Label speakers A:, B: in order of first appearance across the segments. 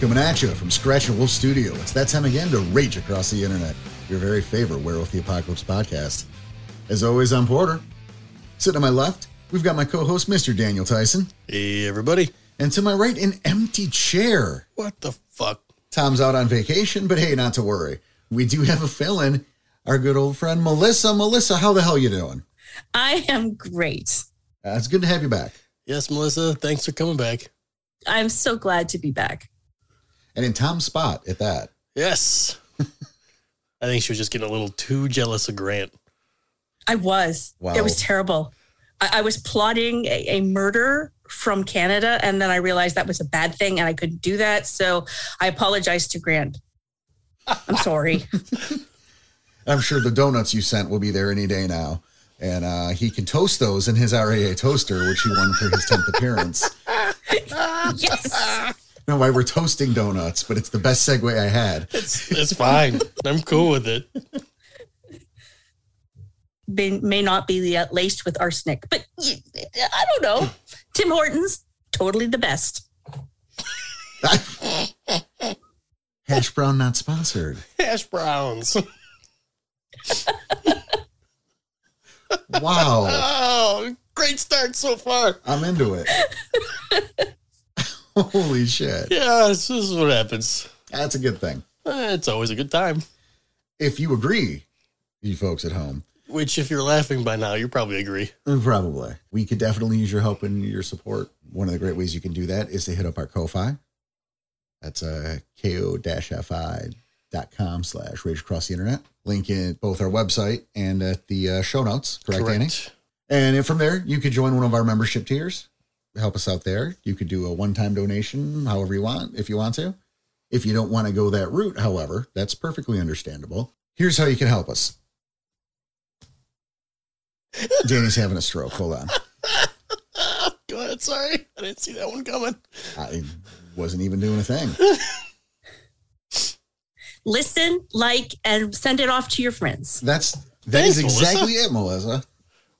A: Coming at you from Scratch and Wolf Studio, it's that time again to rage across the internet. Your very favorite Werewolf the Apocalypse podcast. As always, I'm Porter. Sitting on my left, we've got my co-host, Mr. Daniel Tyson,
B: Hey, everybody.
A: and to my right, an empty chair.
B: What the fuck?
A: Tom's out on vacation, but hey, not to worry. We do have a fill-in. Our good old friend Melissa. Melissa, how the hell you doing?
C: I am great.
A: Uh, it's good to have you back.
B: Yes, Melissa, thanks for coming back.
C: I'm so glad to be back.
A: And in Tom's spot at that.
B: Yes. I think she was just getting a little too jealous of Grant.
C: I was.
A: Wow.
C: It was terrible. I, I was plotting a, a murder from Canada, and then I realized that was a bad thing, and I couldn't do that. So I apologized to Grant. I'm sorry.
A: I'm sure the donuts you sent will be there any day now. And uh, he can toast those in his RAA toaster, which he won for his 10th appearance.
C: yes.
A: No, why we're toasting donuts, but it's the best segue I had.
B: It's, it's fine. I'm cool with it.
C: May, may not be la- laced with arsenic, but y- I don't know. Tim Hortons, totally the best.
A: Hash brown not sponsored.
B: Hash browns.
A: Wow,
B: Oh, great start so far.
A: I'm into it. Holy shit,
B: Yeah, this is what happens.
A: that's a good thing.
B: Eh, It's always a good time.
A: If you agree, you folks at home,
B: Which, if you're laughing by now, you probably agree.
A: Probably. We could definitely use your help and your support. One of the great ways you can do that is to hit up our Ko-Fi. That's uh, ko-fi.com slash Rage Across the Internet. Link in both our website and at the uh, show notes. Correct, Annie? And then from there, you could join one of our membership tiers. Help us out there. You could do a one-time donation, however you want, if you want to. If you don't want to go that route, however, that's perfectly understandable. Here's how you can help us. Danny's having a stroke. Hold on.
B: Ah, go ahead. Sorry. I didn't see that one coming.
A: I wasn't even doing a thing.
C: Listen, like, and send it off to your friends.
A: That's that is
B: Thanks,
A: exactly it, Melissa.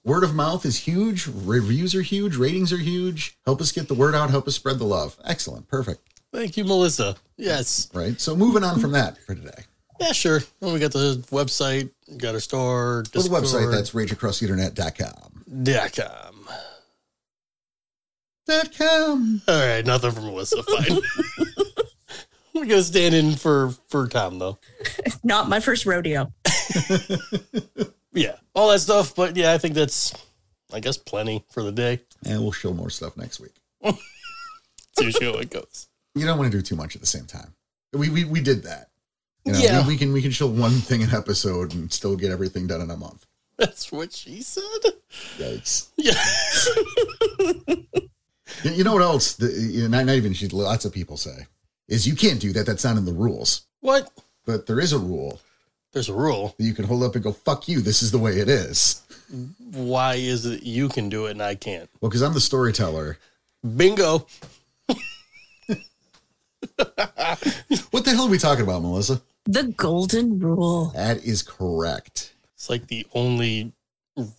A: Word of mouth is huge. Reviews are huge. Ratings are huge. Help us get the word out. Help us spread the love. Excellent. Perfect.
B: Thank you, Melissa. Yes.
A: Right. So moving on from that for today.
B: Yeah, sure. Well, we got the website, got our store,
A: For the
B: Discord,
A: website, that's rageacrosstheinternet.com.
B: dot com.
A: Dot com.
B: All right, nothing from Melissa. Fine. We're gonna stand in for for Tom though.
C: Not my first rodeo.
B: Yeah, all that stuff. But yeah, I think that's, I guess, plenty for the day.
A: And we'll show more stuff next week.
B: It's usually how it goes.
A: You don't want to do too much at the same time. We we, we did that. You know,
B: Yeah.
A: we, we can we can show one thing an episode and still get everything done in a month.
B: That's what she said.
A: Yikes.
B: Yeah.
A: You- You know what else? The, you know, not, not even she. Lots of people say is you can't do that. That's not in the rules.
B: What?
A: But there is a rule
B: There's a rule.
A: that you can hold up and go, "Fuck you. This is the way it is."
B: Why is it you can do it and I can't?
A: Well, because I'm the storyteller.
B: Bingo.
A: What the hell are we talking about, Melissa?
C: The golden rule.
A: That is correct.
B: It's like the only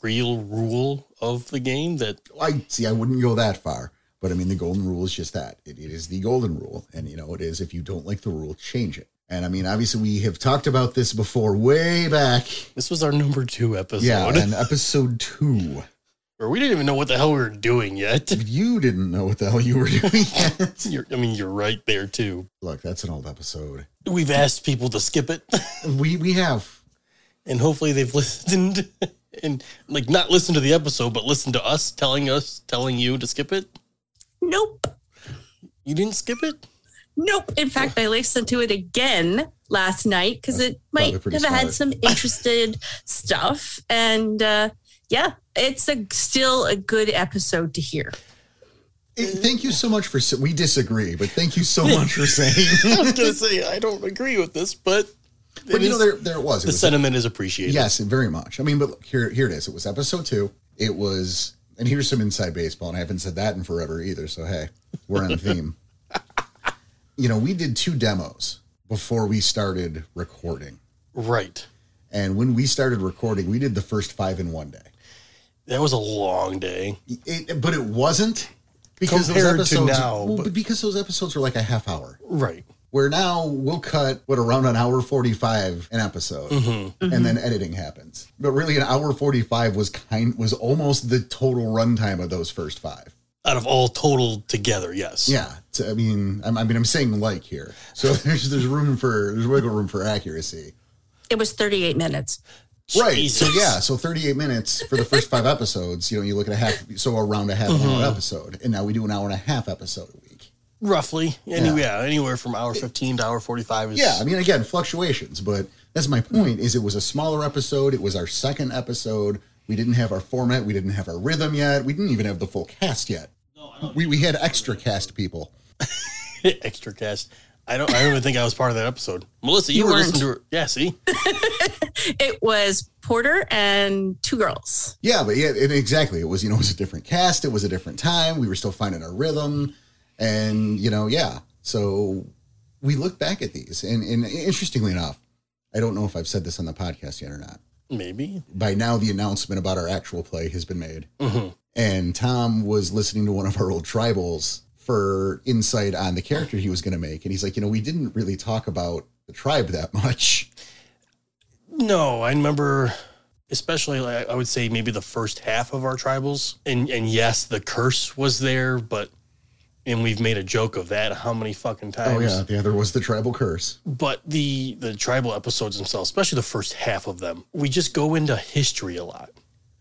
B: real rule of the game that
A: I see. I wouldn't go that far, but I mean, the golden rule is just that. It, it is the golden rule, and you know, it is if you don't like the rule, change it. And I mean, obviously, we have talked about this before, way back.
B: this was our number two episode.
A: Yeah, in episode two.
B: Or we didn't even know what the hell we were doing yet.
A: You didn't know what the hell you were doing yet.
B: You're, I mean, you're right there too.
A: Look, that's an old episode.
B: We've asked people to skip it,
A: We we have
B: and hopefully they've listened and like not listened to the episode, but listened to us telling us telling you to skip it.
C: Nope.
B: You didn't skip it.
C: Nope. In fact, I listened to it again last night because it
A: probably
C: might have
A: pretty
C: had
A: smart.
C: some interested stuff. And uh, yeah, it's a still a good episode to hear.
A: eh, thank you so much for s- we disagree, but thank you so much for saying.
B: I was gonna say I don't agree with this, but,
A: but
B: it
A: you know
B: is-
A: there there it was. It
B: the
A: was
B: sentiment is appreciated.
A: yes, very much. I mean, but look, here here it is. It was episode 2. It was and here's some inside baseball and I haven't said that in forever either, so hey, we're on theme. you know, we did two demos before we started recording.
B: right.
A: And when we started recording, we did the first 5 in one day.
B: That was a long day.
A: It, but it wasn't because
B: Compared to
A: those episodes
B: now,
A: well,
B: but-
A: but because those episodes were like a half hour.
B: Right.
A: Where now we'll cut what around an hour 45 an episode
B: Mhm.
A: and then editing happens. But really an hour 45 was kind was almost the total runtime of those first 5.
B: Out of all total together, yes.
A: Yeah, so, I mean I'm, I mean I'm saying like here. So there's there's room for there's wiggle room for accuracy.
C: It was 38 minutes.
A: Right.
B: Jesus.
A: So yeah, so 38 minutes for the first five episodes. You know, you look at a half, so around a half an hour episode, and now we do an hour and a half episode a week.
B: Roughly. Any, yeah. Anywhere from hour 15 to hour 45 is.
A: Yeah, I mean, again, fluctuations, but that's my point. Is it was a smaller episode. It was our second episode. We didn't have our format. We didn't have our rhythm yet. We didn't even have the full cast yet. We we had extra cast people.
B: extra cast. I don't. I don't even think I was part of that episode. Melissa, you,
C: You
B: were
C: weren't.
B: listening to her. Yeah. See.
C: It was Porter and two girls.
A: Yeah, but yeah, it, exactly. It was you know it was a different cast. It was a different time. We were still finding our rhythm, and you know yeah. So we look back at these, and, and interestingly enough, I don't know if I've said this on the podcast yet or not.
B: Maybe.
A: By now, the announcement about our actual play has been made,
B: Mhm.
A: and Tom was listening to one of our old tribals for insight on the character he was going to make, and he's like, you know, we didn't really talk about the tribe that much.
B: No, I remember. Especially, like, I would say maybe the first half of our tribals, and and yes, the curse was there, but and we've made a joke of that how many fucking
A: Oh
B: times.
A: yeah, the other was the tribal curse.
B: But the the tribal episodes themselves, especially the first half of them, we just go into history a lot.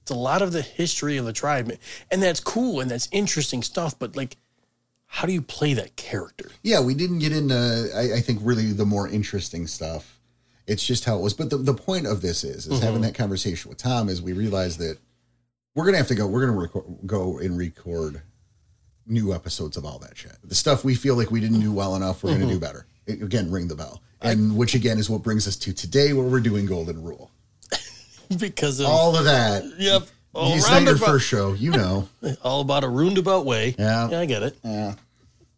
B: It's a lot of the history of the tribe, and that's cool and that's interesting stuff. But like, how do you play that character?
A: yeah, we didn't get into, I, I think, really the more interesting stuff. It's just how it was. But the, the point of this is, is having that conversation with Tom is we realized that we're going to have to go, we're going to record, go and record new episodes of all that shit. The stuff we feel like we didn't do well enough, we're going to do better. It- again, ring the bell. And which again is what brings us to today where we're doing Golden Rule.
B: because of
A: All of that.
B: yep, all,
A: it's not your
B: roundabout,
A: first show, you know.
B: all about a roundabout way.
A: Yeah.
B: yeah, I get it.
A: Yeah.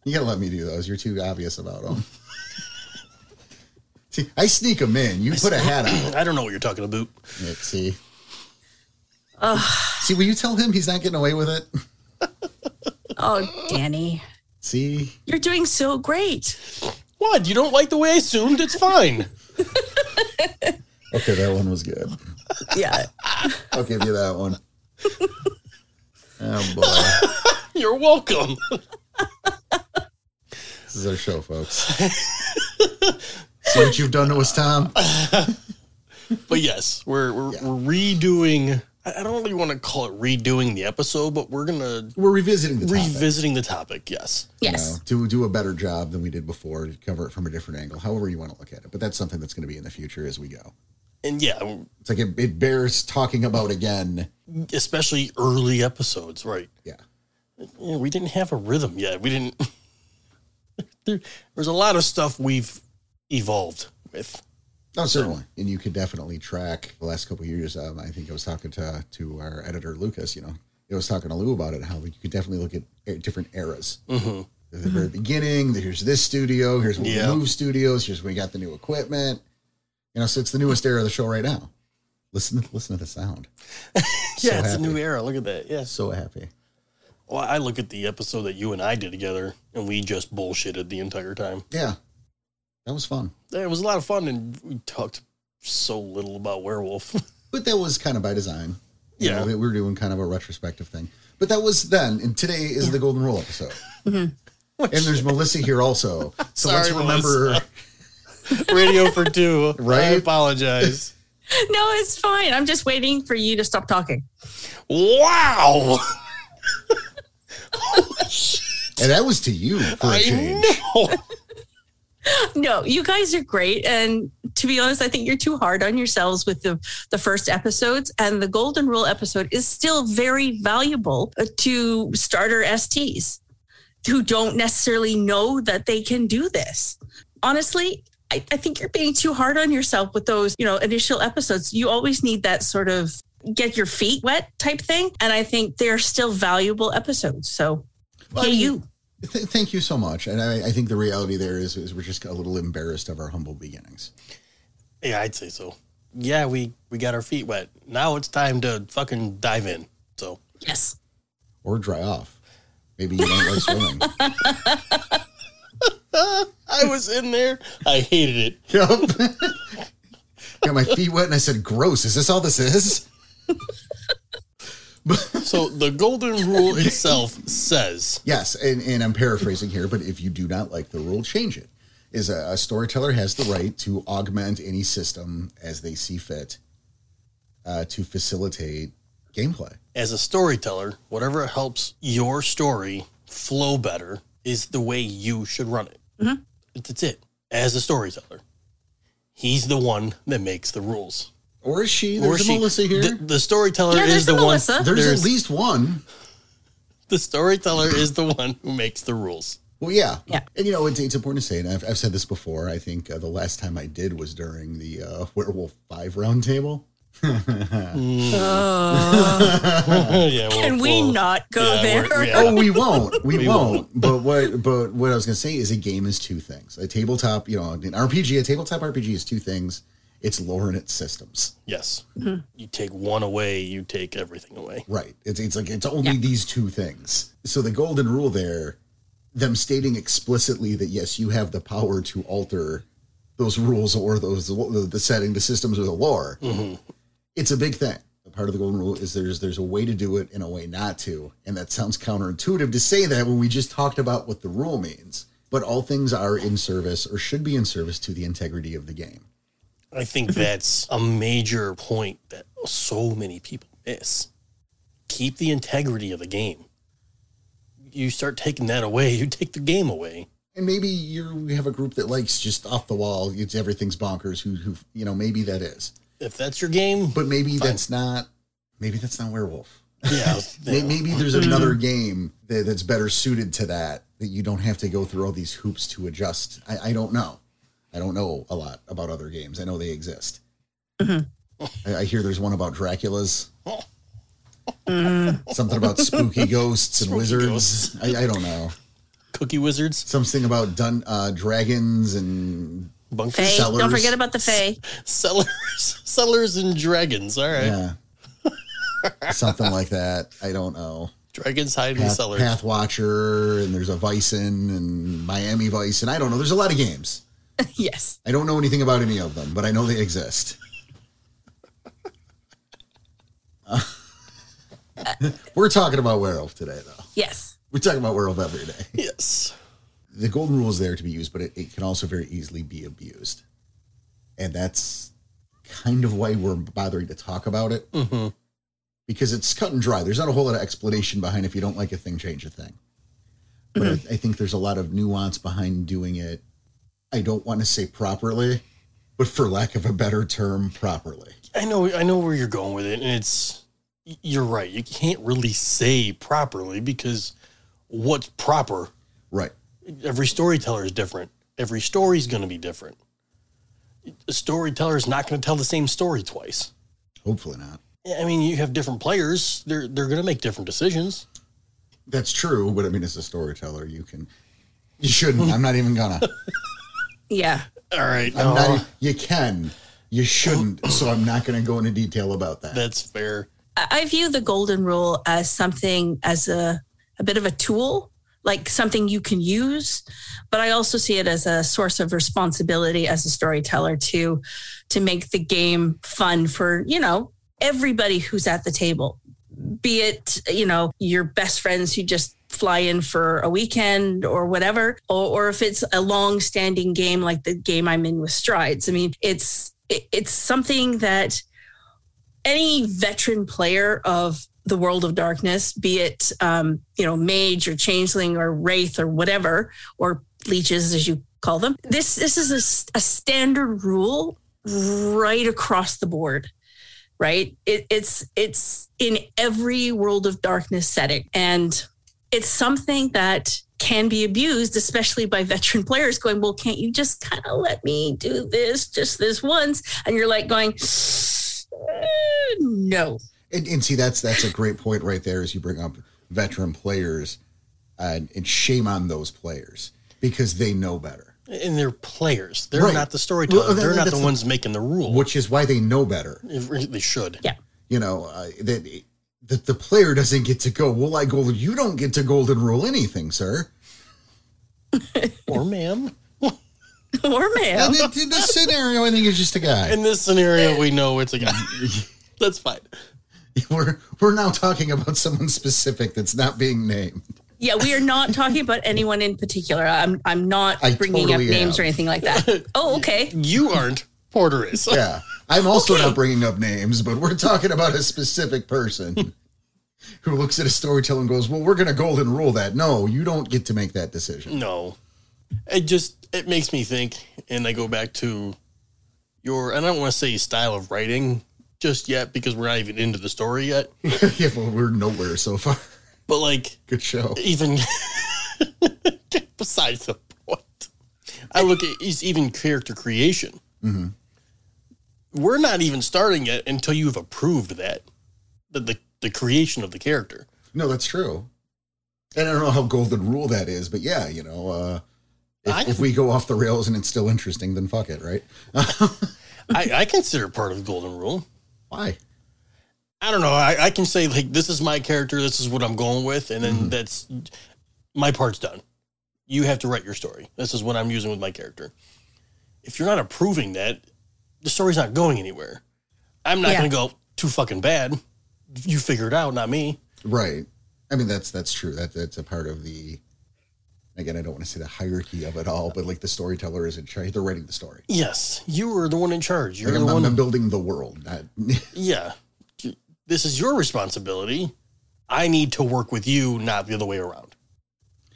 A: You gotta let me do those. You're too obvious about them. see, I sneak them in. You put a hat on.
B: I don't know what you're talking about.
A: Nick, see. See, will you tell him he's not getting away with it?
C: Oh, Danny,
A: See?
C: you're doing so great.
B: What? You don't like the way I assumed? It's fine.
A: Okay, that one was good.
C: Yeah.
A: I'll give you that one. Oh boy.
B: You're welcome.
A: This is our show, folks. See what you've done to us, Tom?
B: but yes, we're we're,
A: Yeah.
B: we're redoing. I I don't really want to call it redoing the episode, but we're gonna
A: We're revisiting the topic.
B: revisiting the topic. Yes,
A: you
C: Yes.
A: know, do do a better job than we did before. Cover it from a different angle, however you want to look at it. But that's something that's going to be in the future as we go.
B: and yeah,
A: It's like it, it bears talking about again.
B: especially early episodes, right?
A: Yeah.
B: Yeah, we didn't have a rhythm yet. We didn't. there, there's a lot of stuff we've evolved with.
A: Oh, certainly. And you could definitely track the last couple of years. Um, I think I was talking to to our editor Lucas. You know, I was talking to Lou about it. How you could definitely look at e- different eras.
B: Mhm.
A: There's The very beginning. Here's this studio. Here's when
B: Yeah.
A: we moved studios. Here's when we got the new equipment. You know, so it's the newest era of the show right now. Listen, listen to the sound.
B: Yeah, it's
A: happy.
B: a new era. Look at that. Yes.
A: So happy.
B: Well, I look at the episode that you and I did together, and we just bullshitted the entire time.
A: Yeah, that was fun.
B: It was a lot of fun, and we talked so little about werewolf.
A: but that was kind of by design. You
B: Yeah.
A: know, that we were doing kind of a retrospective thing. But that was then, and today is the Golden Rule episode. And there's Melissa here also. So let's
B: Mm-hmm. Sorry,
A: remember.
B: Radio for two. I
A: Right?
B: apologize.
C: No, it's fine. I'm just waiting for you to stop talking.
B: wow.
A: And that was to you for a change.
B: I know.
C: No, you guys are great. And to be honest, I think you're too hard on yourselves with the, the first episodes. And the Golden Rule episode is still very valuable uh, to starter STs who don't necessarily know that they can do this. Honestly, I, I think you're being too hard on yourself with those, you know, initial episodes. You always need that sort of get your feet wet type thing. And I think they're still valuable episodes. So,
A: Well, I
C: yay
A: mean,
C: you.
A: Th- thank you so much. And I, I think the reality there is, is we're just a little embarrassed of our humble beginnings.
B: Yeah, I'd say so. Yeah, we we got our feet wet. Now it's time to fucking dive in. So
C: Yes.
A: Or dry off. Maybe you don't like swimming.
B: I was in there. I hated it.
A: Yup. Got my feet wet and I said, gross. Is this all this is?
B: So the golden rule itself says
A: Yes, and, and I'm paraphrasing here, but if you do not like the rule, change it. Is a, a storyteller has the right to augment any system as they see fit uh, to facilitate gameplay.
B: as a storyteller, whatever helps your story flow better is the way you should run it.
C: Mm-hmm.
B: That's it. As a storyteller, he's the one that makes the rules.
A: Or is she?
B: Or
A: There's a
B: she-
A: Melissa here.
B: The, the storyteller
C: Yeah,
B: is
C: there's
B: the
C: a
B: one.
C: Melissa.
A: there's,
B: there's-
A: at least one.
B: The storyteller is the one who makes the rules.
A: Well, yeah.
C: Yeah.
A: And, you know, it's, it's important to say, and I've, I've said this before, I think uh, the last time I did was during the uh, Werewolf 5 roundtable.
B: yeah, well,
C: Can we
B: well,
C: not go
B: yeah, we're-
C: there?
B: yeah.
A: Oh, we won't. We,
B: We
A: won't. But what? But what I was gonna say is, a game is two things. A tabletop, you know, an RPG, a tabletop RPG is two things. It's lore and its systems.
B: Yes.
C: Mm-hmm.
B: You take one away, you take everything away.
A: Right. It's it's like it's only these two things. So the golden rule there, them stating explicitly that yes, you have the power to alter those rules or those the, the setting, the systems, or the lore. It's a big thing. Part of the golden rule is there's there's a way to do it and a way not to, and that sounds counterintuitive to say that when we just talked about what the rule means. But all things are in service or should be in service to the integrity of the game.
B: I
A: Mm-hmm.
B: think that's a major point that so many people miss. Keep the integrity of the game. You start taking that away, you take the game away.
A: and maybe you have a group that likes just off the wall. It's everything's bonkers. Who, who, you know, maybe that is,
B: If that's your game,
A: but maybe that's not. Maybe that's not werewolf.
B: yeah,
A: May- Maybe there's another game that, that's better suited to that. That you don't have to go through all these hoops to adjust. I, I don't know. I don't know a lot about other games. I know they exist. I, I hear there's one about Dracula's. Something about spooky ghosts and
B: Spooky
A: wizards.
B: ghosts.
A: I, I don't know.
B: cookie wizards,
A: Something about dun, uh, dragons and
B: bunkers,
C: Fae.
A: Sellers.
C: Don't forget about the Fae.
B: sellers, sellers, and dragons. All right,
A: Yeah. Something like that. I don't know.
B: dragons hide in the
A: Path,
B: cellars.
A: Path Watcher, and there's a Bison and Miami Vice, and I don't know. There's a lot of games.
C: yes.
A: I don't know anything about any of them, but I know they exist. Uh, we're talking about werewolf today, though.
C: Yes.
A: We're talking about werewolf every day.
B: Yes,
A: The golden rule is there to be used, but it, it can also very easily be abused. And that's kind of why we're bothering to talk about it.
B: hmm
A: because it's cut and dry. There's not a whole lot of explanation behind if you don't like a thing, change a thing. But I, I think there's a lot of nuance behind doing it. I don't want to say properly, but for lack of a better term, properly.
B: I know, I know where you're going with it, and it's y- you're right. You can't really say properly because what's proper
A: Right.
B: every storyteller is different. Every story is going to be different. A storyteller is not going to tell the same story twice.
A: Hopefully not.
B: I mean, you have different players; they're they're going to make different decisions.
A: That's true, but I mean, as a storyteller, you can. You shouldn't. I'm not even gonna.
C: Yeah.
B: All right,
A: I'm
B: no,
A: not. e- You can. You shouldn't. So I'm not going to go into detail about that.
B: that's fair.
C: I I view the golden rule as something as a, a bit of a tool, like something you can use, but I also see it as a source of responsibility as a storyteller to to make the game fun for, you know, everybody who's at the table. Be it, you know, your best friends who just fly in for a weekend or whatever, or, or if it's a long standing game like the game I'm in with strides. I mean, it's it, it's something that any veteran player of the world of darkness, be it um, you know mage or changeling or wraith or whatever or leeches as you call them, this this is a s- a, standard rule right across the board, right? It, it's it's in every world of darkness setting, and it's something that can be abused, especially by veteran players going, well, can't you just kind of let me do this just this once? And you're like going. Uh, no.
A: And, and see, that's that's a great point right there. As you bring up veteran players, uh, and shame on those players because they know better,
B: And they're players; they're
A: Right.
B: not the storyteller.
A: Well, that-
B: they're not the
A: that's the-
B: ones making the rule.
A: which is why they know better.
B: If- they should.
C: Yeah.
A: You know uh, that that the player doesn't get to go. Well, I golden. You don't get to golden rule anything, sir.
B: Or ma'am.
C: or ma'am.
A: And it- in this scenario, I think it's just a guy.
B: In this scenario, we know it's a guy. That's fine.
A: We're we're now talking about someone specific that's not being named.
C: Yeah, we are not talking about anyone in particular. I'm I'm not
A: I
C: bringing
A: totally
C: up names
A: am.
C: or anything like that. Oh, okay.
B: You aren't. Porter is.
A: Yeah, I'm also not bringing up names, but we're talking about a specific person who looks at a storyteller and goes, "Well, we're going to golden rule that. No, you don't get to make that decision."
B: No. It just it makes me think and I go back to your and I don't want to say style of writing just yet because we're not even into the story yet.
A: yeah, well, we're nowhere so far.
B: But like
A: Good show.
B: even besides the point, I look at is even character creation. We're not even starting it until you've approved that the, the the creation of the character.
A: No, that's true. And I don't know how golden rule that is, but yeah, you know, uh,
B: I-
A: if, if we go off the rails and it's still interesting, then fuck it, right?
B: I, I consider it part of the golden rule.
A: Why?
B: I don't know. I, I can say like this is my character. This is what I'm going with, and then
A: Mm-hmm.
B: that's my part's done. You have to write your story. This is what I'm using with my character. If you're not approving that, the story's not going anywhere. I'm not
C: Yeah.
B: going to go too fucking bad. You figure it out, not me.
A: Right. I mean, that's that's true. That that's a part of the. Again, I don't want to say the hierarchy of it all, but like the storyteller is in charge. They're writing the story.
B: Yes, you are the one in charge. You're
A: Like
B: the
A: I'm,
B: one.
A: I'm building the world. Not,
B: yeah, this is your responsibility. I need to work with you, not the other way around.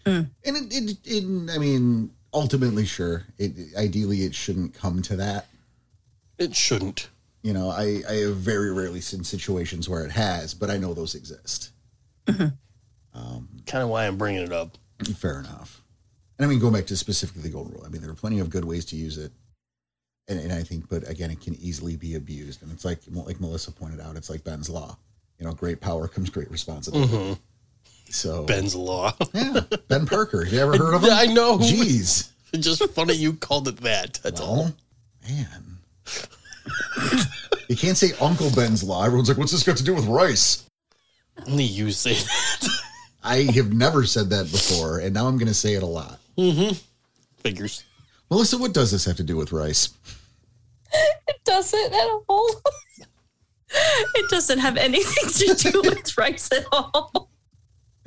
A: and it, it, it, I mean, ultimately, sure. It ideally, it shouldn't come to that.
B: It shouldn't.
A: You know, I I have very rarely seen situations where it has, but I know those exist. Um,
B: Kind of why I'm bringing it up.
A: Fair enough. And I mean, going back to specifically the gold rule, I mean, there are plenty of good ways to use it. And, and I think, but again, it can easily be abused. And it's like, like Melissa pointed out, it's like Ben's law. You know, great power comes great responsibility. So,
B: Ben's law.
A: yeah, Ben Parker. Have you ever heard of him?
B: Yeah, I know.
A: Jeez.
B: It's just funny you called it that. That's all.
A: Oh, man. you can't say Uncle Ben's law. Everyone's like, what's this got to do with rice?
B: Only you say that.
A: I have never said that before. And now I'm going to say it a lot.
B: Figures.
A: Melissa, what does this have to do with rice?
C: It doesn't at all. It doesn't have anything to do with rice at all.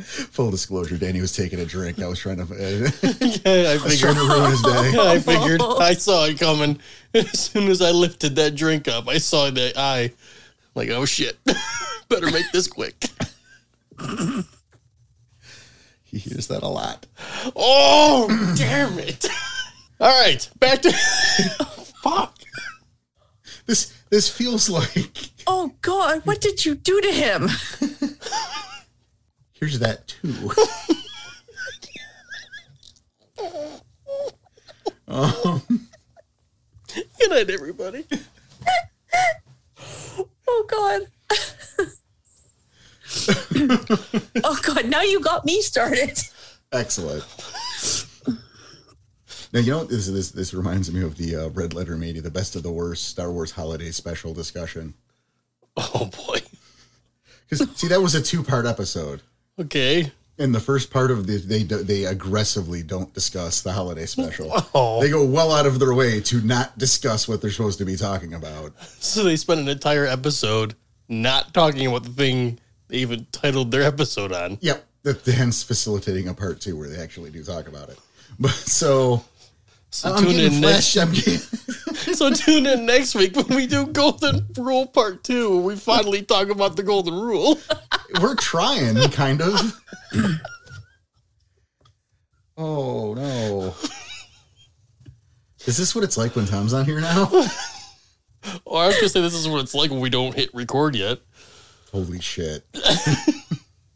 A: Full disclosure, Danny was taking a drink. I was trying to, uh,
B: Yeah, I
A: I was trying
B: figured.
A: to ruin his day.
B: I figured. I saw it coming. As soon as I lifted that drink up, I saw that eye. Like, oh shit. Better make this quick.
A: He hears that a lot.
B: Oh, damn it. All right, back to. Oh, Fuck.
A: This this feels like
C: Oh God, what did you do to him?
A: here's that too.
B: Good night, everybody.
C: Oh God. oh God, now you got me started.
A: Excellent. Now you know what this this this reminds me of the uh, Red Letter Media, the best of the worst Star Wars holiday special discussion.
B: Oh, boy.
A: Because see, that was a two part episode.
B: Okay.
A: In the first part of the, they do- they aggressively don't discuss the holiday special.
B: Oh.
A: They go well out of their way to not discuss what they're supposed to be talking about.
B: So they spent an entire episode not talking about the thing they even titled their episode on.
A: Yep. That hence facilitating a part two where they actually do talk about it. But so
B: So
A: I'm
B: tune
A: getting
B: in next.
A: flesh. I'm getting,
B: So tune in next week when we do Golden Rule Part Two, when we finally talk about the Golden Rule.
A: we're trying, kind of. oh no. Is this what it's like when Tom's on here now?
B: Or Oh, I was gonna say this is what it's like when we don't hit record yet.
A: Holy shit.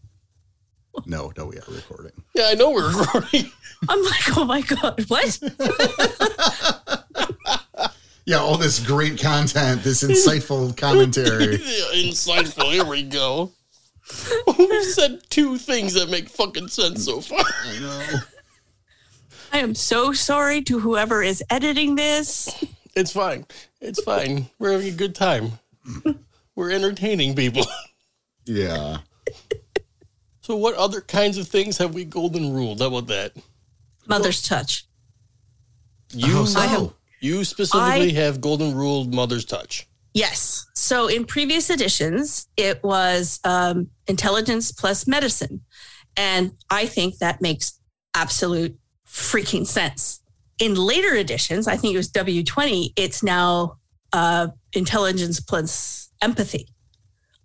A: no, no, we are recording.
B: Yeah, I know we're recording.
C: I'm like, oh my God, what?
A: Yeah, all this great content, this insightful commentary.
B: Insightful. Here we go. We've said two things that make fucking sense so far.
A: I know.
C: I am so sorry to whoever is editing this.
B: It's fine. It's fine. We're having a good time. We're entertaining people.
A: Yeah.
B: So, what other kinds of things have we golden ruled? How about that?
C: Mother's touch.
B: You,
A: Oh, so?
C: I have-
B: you specifically have golden rule mother's touch.
C: Yes. So in previous editions, it was um, intelligence plus medicine. And I think that makes absolute freaking sense. In later editions, I think it was W20, it's now uh, intelligence plus empathy.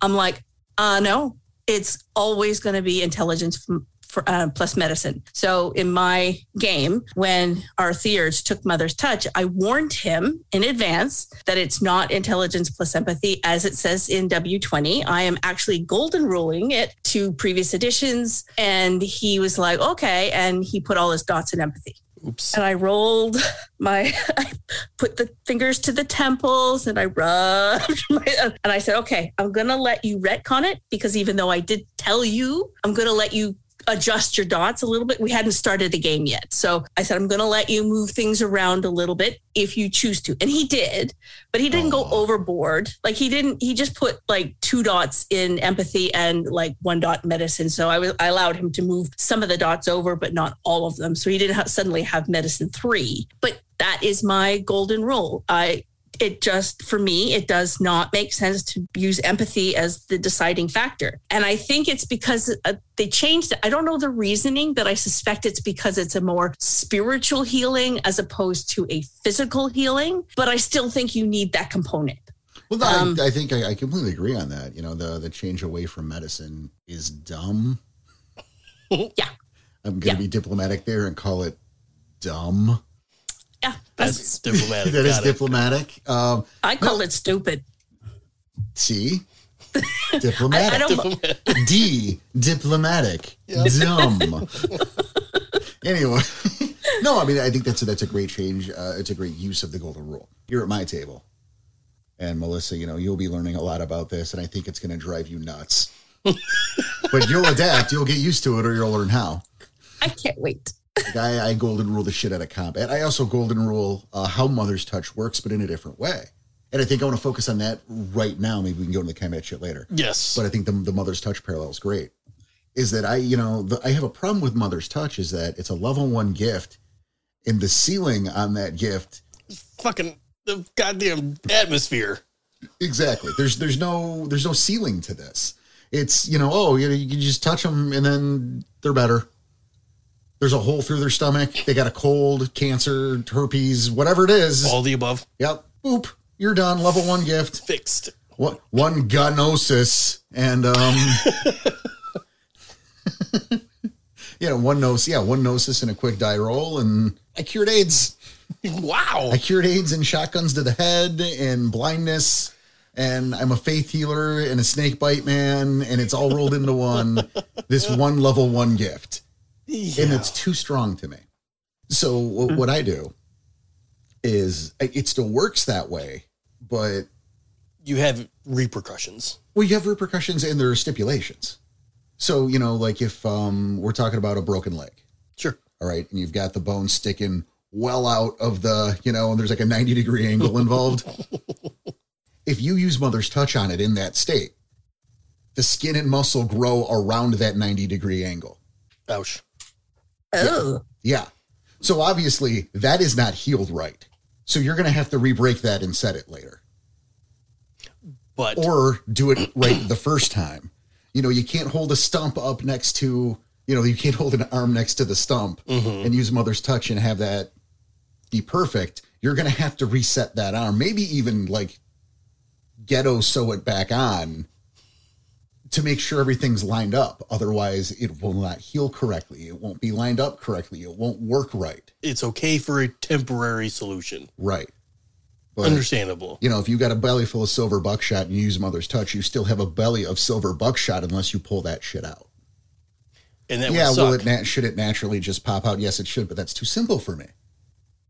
C: I'm like, uh, no, it's always going to be intelligence f- for, uh, plus medicine. So in my game, when Arthiers took Mother's Touch, I warned him in advance that it's not intelligence plus empathy, as it says in W20. I am actually golden ruling it to previous editions. And he was like, okay. And he put all his dots in empathy.
B: Oops.
C: And I rolled my, I put the fingers to the temples and I rubbed my, and I said, okay, I'm going to let you retcon it because even though I did tell you, I'm going to let you adjust your dots a little bit. We hadn't started the game yet. So I said, I'm going to let you move things around a little bit if you choose to. And he did, but he didn't go
B: Oh.
C: overboard. Like he didn't, he just put like two dots in empathy and like one dot in medicine. So I was, I allowed him to move some of the dots over, but not all of them. So he didn't ha suddenly have medicine three, but that is my golden rule. I, it just for me it does not make sense to use empathy as the deciding factor and i think it's because uh, they changed it i don't know the reasoning but i suspect it's because it's a more spiritual healing as opposed to a physical healing but i still think you need that component
A: Well, I-
C: Um,
A: I, think I, I completely agree on that. You know, the the change away from medicine is dumb.
C: Yeah.
A: I'm going to
C: Yeah.
A: be diplomatic there and call it dumb.
C: yeah
B: That's
C: that's,
B: diplomatic.
A: That is
B: Got it.
A: diplomatic. Um,
C: i call it stupid
A: see,
C: I,
A: diplomatic.
C: I don't
A: D diplomatic dumb. anyway, no, I mean I think that's a, that's a great change. Uh, it's a great use of the golden rule. You're at my table, and Melissa, you know you'll be learning a lot about this, and I think it's going to drive you nuts. but you'll adapt. You'll get used to it, or you'll learn how.
C: i can't wait
A: Like I, I golden rule the shit out of combat. I also golden rule uh, how Mother's Touch works, but in a different way. And I think I want to focus on that right now. Maybe we can go into the combat shit later
B: Yes.
A: but I think the, the mother's touch parallel is great. Is that I, you know, the, I have a problem with mother's touch is that it's a level one gift, and the ceiling on that gift
B: Fucking the goddamn atmosphere.
A: exactly. There's there's no there's no ceiling to this. It's you know oh you, you can just touch them and then they're better. There's a hole through their stomach. They got a cold, cancer, herpes, whatever it is.
B: All the above
A: Yep. Boop. You're done. Level one gift.
B: fixed.
A: What one gnosis and um Yeah, one gnosis yeah, one gnosis and a quick die roll and I cured AIDS.
B: Wow.
A: I cured AIDS and shotguns to the head and blindness and I'm a faith healer and a snake bite man and it's all rolled into one this one level one gift and it's too strong to me. So wh- what I do is I- it still works that way, but
B: you have repercussions.
A: Well, you have repercussions and there are stipulations. So, you know, like if um, we're talking about a broken leg,
B: Sure.
A: all right, and you've got the bone sticking well out of the, you know, and there's like a 90 degree angle involved. if you use mother's touch on it in that state, the skin and muscle grow around that 90 degree angle.
B: Ouch.
C: oh
A: Yeah. So obviously that is not healed right. So you're going to have to re break that and set it later.
B: But
A: or do it right the first time. You know, you can't hold a stump up next to, you know, you can't hold an arm next to the stump
B: mm-hmm.
A: and use mother's touch and have that be perfect. You're going to have to reset that arm, maybe even like ghetto sew it back on to make sure everything's lined up. Otherwise, it will not heal correctly. It won't be lined up correctly. It won't work right.
B: it's okay for a temporary solution.
A: Right. But
B: Understandable.
A: you know, if you got a belly full of silver buckshot and you use Mother's Touch, you still have a belly of silver buckshot unless you pull that shit out.
B: And that
A: yeah,
B: would
A: will
B: suck.
A: it nat- should it naturally just pop out? Yes, it should, but that's too simple for me.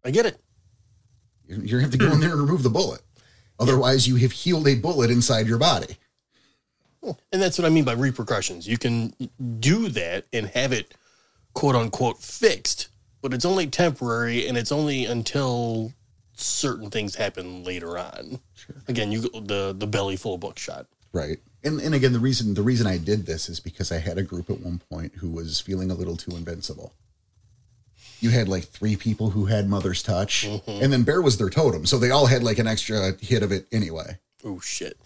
B: I get it.
A: You're you're gonna have to go in there and remove the bullet. Otherwise, you have healed a bullet inside your body.
B: And that's what I mean by repercussions. You can do that and have it quote unquote fixed, but it's only temporary and it's only until certain things happen later on. Again, you go- the the belly full of buckshot.
A: Right. And and again, the reason the reason I did this is because I had a group at one point who was feeling a little too invincible. you had like three people who had Mother's Touch,
B: Mm-hmm.
A: and then Bear was their totem, so they all had like an extra hit of it anyway.
B: Oh shit.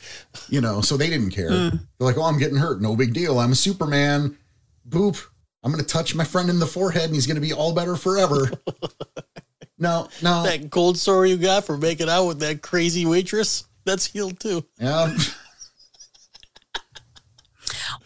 A: You know, so they didn't care.
B: Mm.
A: They're like, "Oh, I'm getting hurt. No big deal. I'm a Superman. Boop. I'm gonna touch my friend in the forehead, and he's gonna be all better forever." no, no,
B: That gold story you got for making out with that crazy waitress, that's healed too.
A: yeah.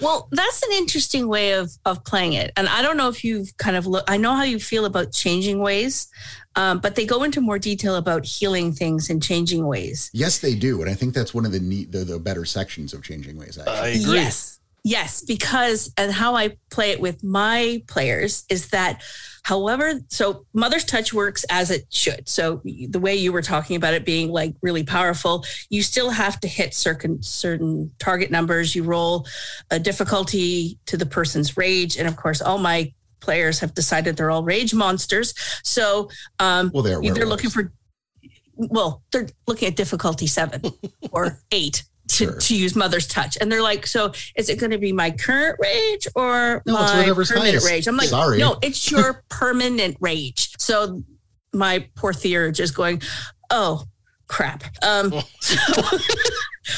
C: Well, that's an interesting way of of playing it, and I don't know if you've kind of look. I know how you feel about changing ways, um, but they go into more detail about healing things and changing ways.
A: Yes, they do, and I think that's one of the neat, the, the better sections of changing ways. Actually,
B: I agree.
C: Yes. Yes, because and how I play it with my players is that however so mother's touch works as it should. So the way you were talking about it being like really powerful, you still have to hit certain certain target numbers, you roll a difficulty to the person's rage and of course all my players have decided they're all rage monsters. So um
A: well, they're
C: they're looking for well they're looking at difficulty seven or eight to,
A: Sure.
C: to use mother's touch and they're like so is it going to be my current rage or
A: No, it's
C: my
A: whatever's
C: permanent
A: highest.
C: rage i'm like
A: Sorry.
C: no it's your permanent rage so my poor theurge is going oh crap um so,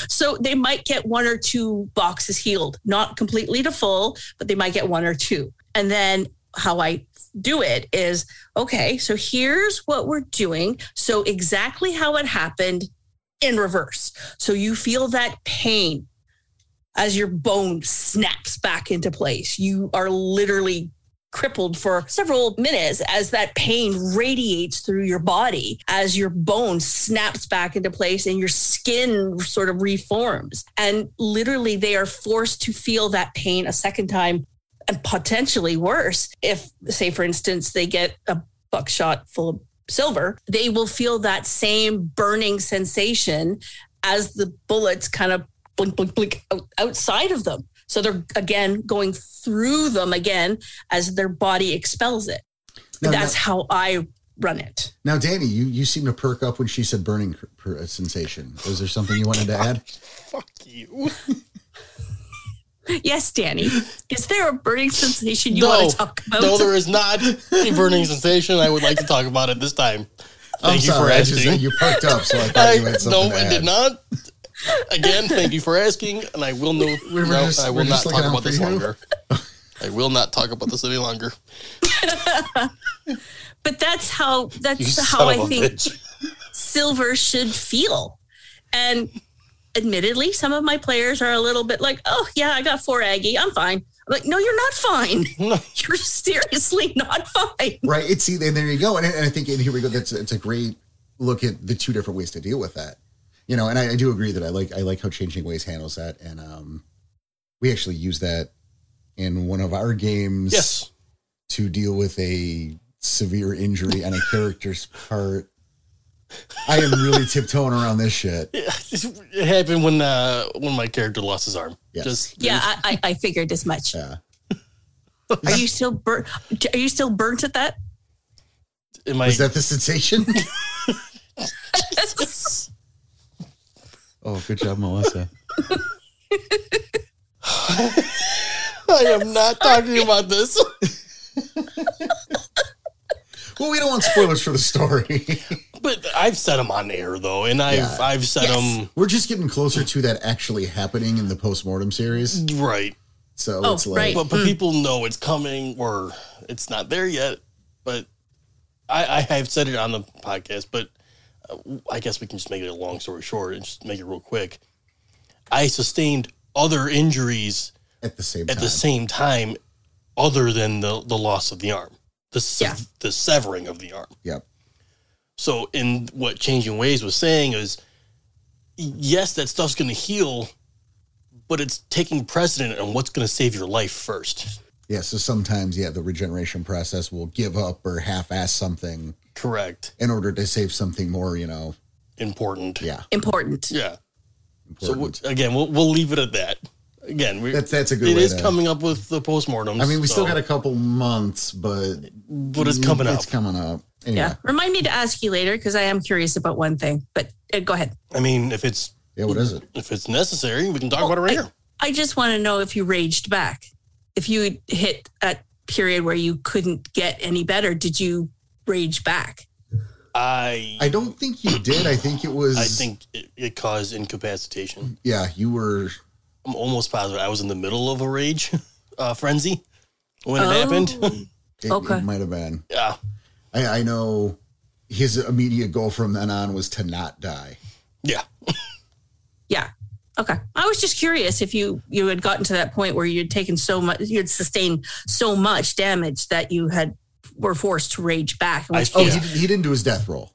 C: so they might get one or two boxes healed not completely to full but they might get one or two and then how i do it is okay, so here's what we're doing. So, exactly how it happened in reverse. So, you feel that pain as your bone snaps back into place. You are literally crippled for several minutes as that pain radiates through your body as your bone snaps back into place and your skin sort of reforms and literally they are forced to feel that pain a second time and potentially worse if say for instance they get a buckshot full of silver they will feel that same burning sensation as the bullets kind of blink blink blink out- outside of them so they're again going through them again as their body expels it
A: Now,
C: that's how i run it
A: now, now, Danny, you you seem to perk up when she said burning cr- per, uh, sensation. Was there something you wanted to add?
B: Fuck you.
C: yes danny is there a burning sensation you
B: No.
C: want to talk about
B: No, there is not a burning sensation I would like to talk about at this time. Thank you for
A: I just,
B: asking.
A: you perked up, so I thought
B: I,
A: you had something
B: no,
A: to
B: I
A: add.
B: did not. Again, thank you for asking, and I will no,
A: were
B: no,
A: just-
B: I
A: we were
B: will not
A: just looking
B: talk
A: out
B: about
A: for
B: this
A: you.
B: longer. I will not talk about this any longer.
C: but that's how that's
B: You
C: how
B: son of
C: i
B: a
C: think
B: bitch.
C: silver should feel. And admittedly, some of my players are a little bit like, oh, yeah, I got four Aggie. I'm fine. I'm like, no, you're not fine.
B: No.
C: You're seriously not fine.
A: Right. It's see, then there you go, and, I- and I think and here we go. That's it's a great look at the two different ways to deal with that. You know, and I, I do agree that I like I like how changing ways handles that, and um, we actually use that in one of our games.
B: Yes.
A: to deal with a severe injury on a character's part. I am really tiptoeing around this shit.
B: It happened when uh, when my character lost his arm.
A: Yes.
B: Just
C: Yeah, I, I, I figured as much.
A: Yeah.
C: Are you still burnt? Are you still burnt at that?
B: am I
A: Is that the sensation? oh, good job, Melissa.
B: I am not talking about this.
A: Well, we don't want spoilers for the story.
B: But I've said them on air though, and I've
A: Yeah.
B: I've said
C: Yes.
B: them
A: We're just getting closer to that actually happening in the postmortem series.
B: right.
A: So
C: Oh,
A: it's like
C: right.
B: But, but people know it's coming, or it's not there yet. But I, I have said it on the podcast. But uh, I guess we can just make it a long story short and just make it real quick. I sustained other injuries
A: at the same
B: at
A: time.
B: the same time, other than the the loss of the arm, the se-
C: Yeah.
B: the severing of the arm.
A: yep.
B: So, in what Changing Ways was saying is, yes, that stuff's going to heal, but it's taking precedent on what's going to save your life first.
A: Yeah. So sometimes, yeah, the regeneration process will give up or half ass something
B: Correct.
A: in order to save something more, you know.
B: Important.
A: Yeah.
C: Important.
B: Yeah. So
A: Important.
B: w again, we'll, we'll leave it at that. Again, we,
A: that's that's a good
B: it
A: way
B: is
A: to,
B: coming up with the postmortems.
A: I mean, we still
B: so-
A: got a couple months, but
B: but it's coming up.
A: It's coming up. Anyway,
C: Yeah.
A: yeah.
C: Remind me to ask you later because I am curious about one thing. But uh, go ahead.
B: I mean, if it's
A: What is it?
B: if it's
A: Oh,
B: necessary, we can talk about it right
C: I-
B: here.
C: I just want to know if you raged back, if you hit at period where you couldn't get any better, did you rage back?
B: I
A: I don't think you did. I think it was.
B: I think it, it caused incapacitation.
A: Yeah, you were.
B: I'm almost positive I was in the middle of a rage uh, frenzy when it
A: Oh.
B: happened.
A: It,
C: Okay.
A: it might have been.
B: yeah,
A: I, I know his immediate goal from then on was to not die.
B: yeah.
C: Yeah. Okay. I was just curious if you you had gotten to that point where you'd taken so much, you'd sustained so much damage that you had were forced to rage back.
B: I-
C: which-
A: Oh,
B: Yeah.
A: he, didn't- he didn't do his death roll.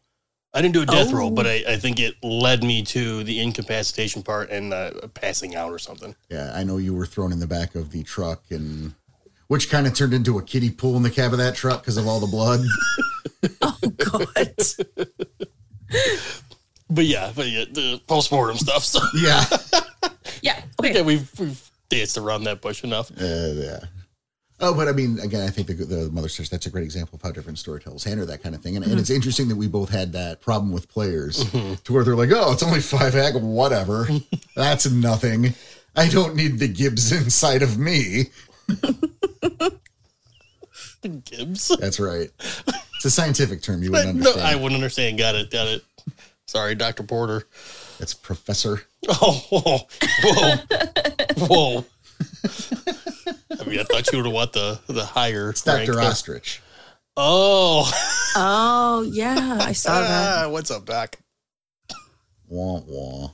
B: I didn't do a death
C: Oh.
B: roll, but I, I think it led me to the incapacitation part and uh, passing out or something.
A: Yeah, I know you were thrown in the back of the truck, and which kind of turned into a kiddie pool in the cab of that truck because of all the blood.
C: oh God.
B: But yeah, but yeah, the postmortem stuff. So
A: yeah.
C: yeah.
B: yeah,
C: Okay.
B: we've we've danced around that bush enough.
A: Uh, yeah. Oh, but I mean, again, I think the, the mother says that's a great example of how different storytellers handle that kind of thing. And,
B: Mm-hmm.
A: and it's interesting that we both had that problem with players to where they're like, oh, it's only five ag, whatever. that's nothing. I don't need the Gibbs inside of me.
B: Gibbs.
A: That's right. It's a scientific term you wouldn't
B: No,
A: understand.
B: I wouldn't understand. Got it. Got it. Sorry, Doctor Porter.
A: That's professor.
B: Oh, whoa, whoa, whoa. I mean, I thought you would have want the the higher.
A: It's Dr.
B: there.
A: Ostrich.
B: Oh,
C: Oh yeah, I saw that.
B: ah, what's up, Doc?
A: Wah, wah.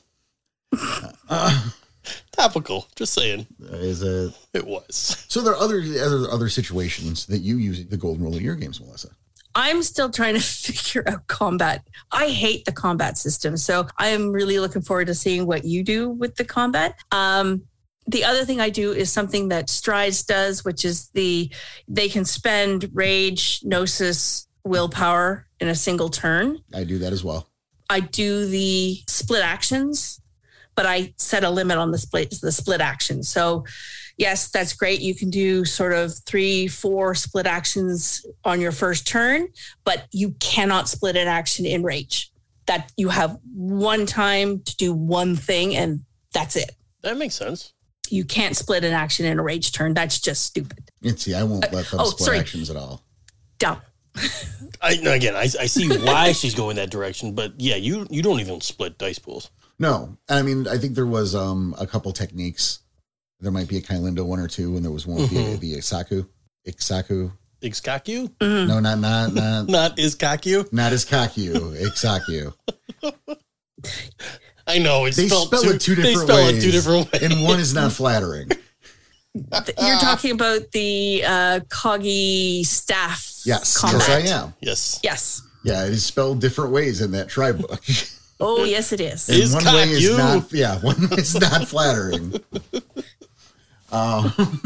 B: Topical. Just saying,
A: Is it?
B: it was.
A: So there are other, other other situations that you use the golden rule in your games, Melissa.
C: I'm still trying to figure out combat. I hate the combat system, so I am really looking forward to seeing what you do with the combat. Um, the other thing I do is something that Strides does, which is the they can spend rage, gnosis, willpower in a single turn.
A: I do that as well.
C: I do the split actions, but I set a limit on the split the split action. So yes, that's great. You can do sort of three, four split actions on your first turn, but you cannot split an action in rage. That you have one time to do one thing and that's it.
B: That makes sense.
C: You can't split an action in a rage turn. That's just stupid.
A: And see, I won't let them
C: oh,
A: split
C: sorry.
A: actions at all.
C: Dumb.
B: I no, again, I, I see why she's going that direction, but yeah, you you don't even split dice pools.
A: No, I mean, I think there was um, a couple techniques. There might be a Kylindo one or two, and there was one with
C: Mm-hmm.
A: the, the Iksaku. Iksaku.
B: Iskaku,
C: Mm-hmm.
A: No, not not not
B: not Iskaku.
A: not as Kaku. Iksaku.
B: I know it's
A: They
B: spelled
A: spell it two different
B: They spell
A: ways,
B: it two different ways.
A: and one is not flattering.
C: Th- You're talking about the uh, Coggy staff.
A: Yes,
C: combat.
A: yes, I am.
B: Yes,
C: Yes.
A: Yeah, it is spelled different ways in that tribe book.
C: Oh, yes, it is.
A: And
B: Is
A: one way
B: Kaku.
A: is not. Yeah, one is not flattering. Um,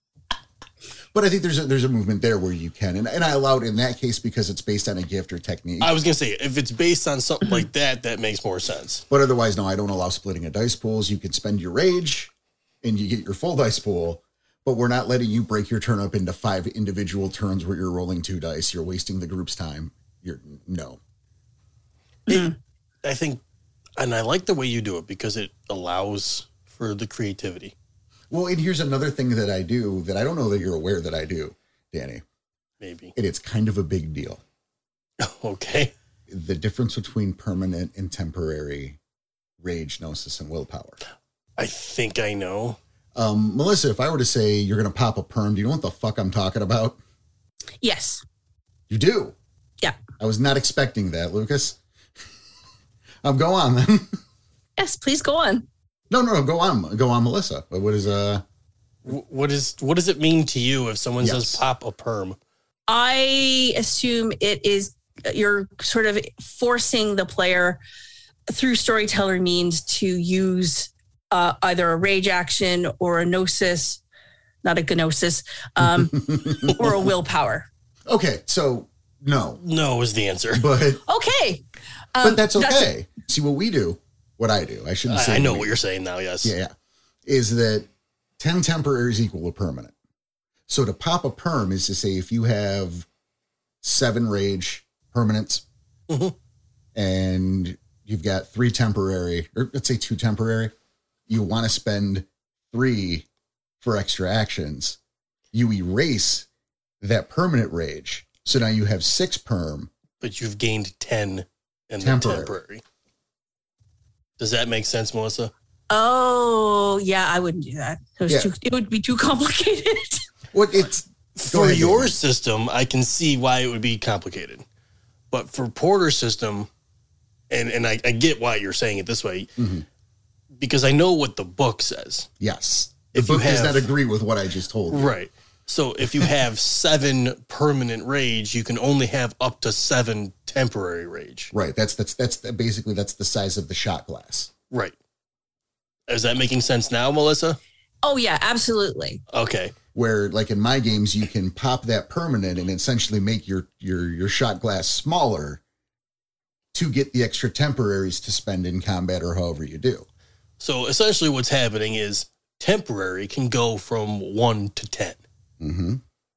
A: but I think there's a, there's a movement there where you can, and, and I allowed in that case because it's based on a gift or technique.
B: I was gonna say if it's based on something like that, that makes more sense.
A: But otherwise, no, I don't allow splitting of dice pools. You can spend your rage and you get your full dice pool, but we're not letting you break your turn up into five individual turns where you're rolling two dice. You're wasting the group's time. You're no.
B: I think, and I like the way you do it because it allows for the creativity.
A: Well, and here's another thing that I do that I don't know that you're aware that I do, Danny.
B: Maybe
A: And it's kind of a big deal.
B: okay.
A: The difference between permanent and temporary rage, gnosis, and willpower.
B: I think I know.
A: Um, Melissa, if I were to say you're going to pop a perm, do you know what the fuck I'm talking about?
C: Yes.
A: You do.
C: Yeah.
A: I was not expecting that, Lucas. um, go on then.
C: Yes, please go on.
A: no, no, no, go on, go on, Melissa. But What is uh?
B: Wh- What is what does it mean to you if someone
A: Yes.
B: says pop a perm?
C: I assume it is you're sort of forcing the player through storyteller means to use uh, either a rage action or a gnosis, not a gnosis, um, or a willpower.
A: Okay, so no,
B: No is the answer.
A: but
C: Okay. Um,
A: but that's okay. See what we do, what I do. I shouldn't say.
B: I, I know
A: we.
B: what you're saying now. Yes.
A: Yeah, yeah. Is that ten temporary is equal to permanent? So to pop a perm is to say if you have seven rage permanents,
B: Mhm.
A: and you've got three temporary, or let's say two temporary, you want to spend three for extra actions. you erase that permanent rage. So now you have six perm.
B: but you've gained 10 and
A: Temporary.
B: the temporary. Does that make sense, Melissa?
C: Oh, yeah, I wouldn't do that. It, was
A: Yeah.
C: too, it would be too complicated.
A: What it's Go
B: for
A: ahead,
B: your
A: Nathan.
B: system, I can see why it would be complicated. But for Porter's system, and, and I, I get why you're saying it this way,
A: Mhm.
B: because I know what the book says.
A: yes. The
B: If you
A: book does
B: have-
A: not agree with what I just told you.
B: Right. So if you have seven permanent rage, you can only have up to seven temporary rage.
A: Right. That's that's that's basically that's the size of the shot glass.
B: Right. Is that making sense now, Melissa?
C: oh, yeah, absolutely.
B: Okay.
A: Where like in my games you can pop that permanent and essentially make your your your shot glass smaller to get the extra temporaries to spend in combat or however you do.
B: So essentially what's happening is temporary can go from one to 10.
A: Mm-hmm.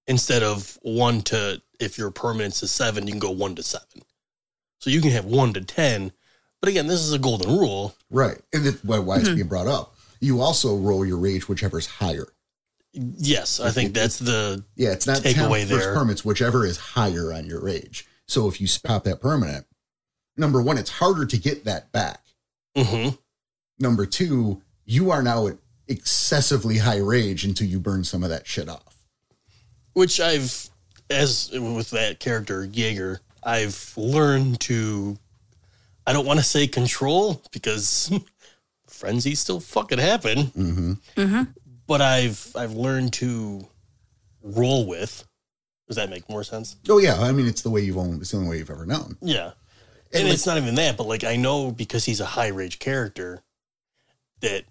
B: instead of one to if your permanence is seven, you can go one to seven. So you can have one to ten. But again, this is a golden rule.
A: Right. And that's why, why
B: Mm-hmm.
A: it's being brought up. You also roll your rage whichever's higher.
B: Yes, I think that's the
A: Yeah, it's not
B: Take
A: temp
B: away
A: versus
B: there.
A: permits, whichever is higher on your rage. So if you pop that permanent, number one, it's harder to get that back.
B: mhm.
A: Number two, you are now at excessively high rage until you burn some of that shit off.
B: which I've as with that character Jaeger, I've learned to. I don't want to say control because frenzies still fucking happen.
A: Mm-hmm.
B: But I've I've learned to roll with. Does that make more sense?
A: Oh yeah, I mean it's the way you've owned. It's the only way you've ever known.
B: Yeah.
A: And
B: And,
A: like-
B: it's not even that, but like I know because he's a high rage character that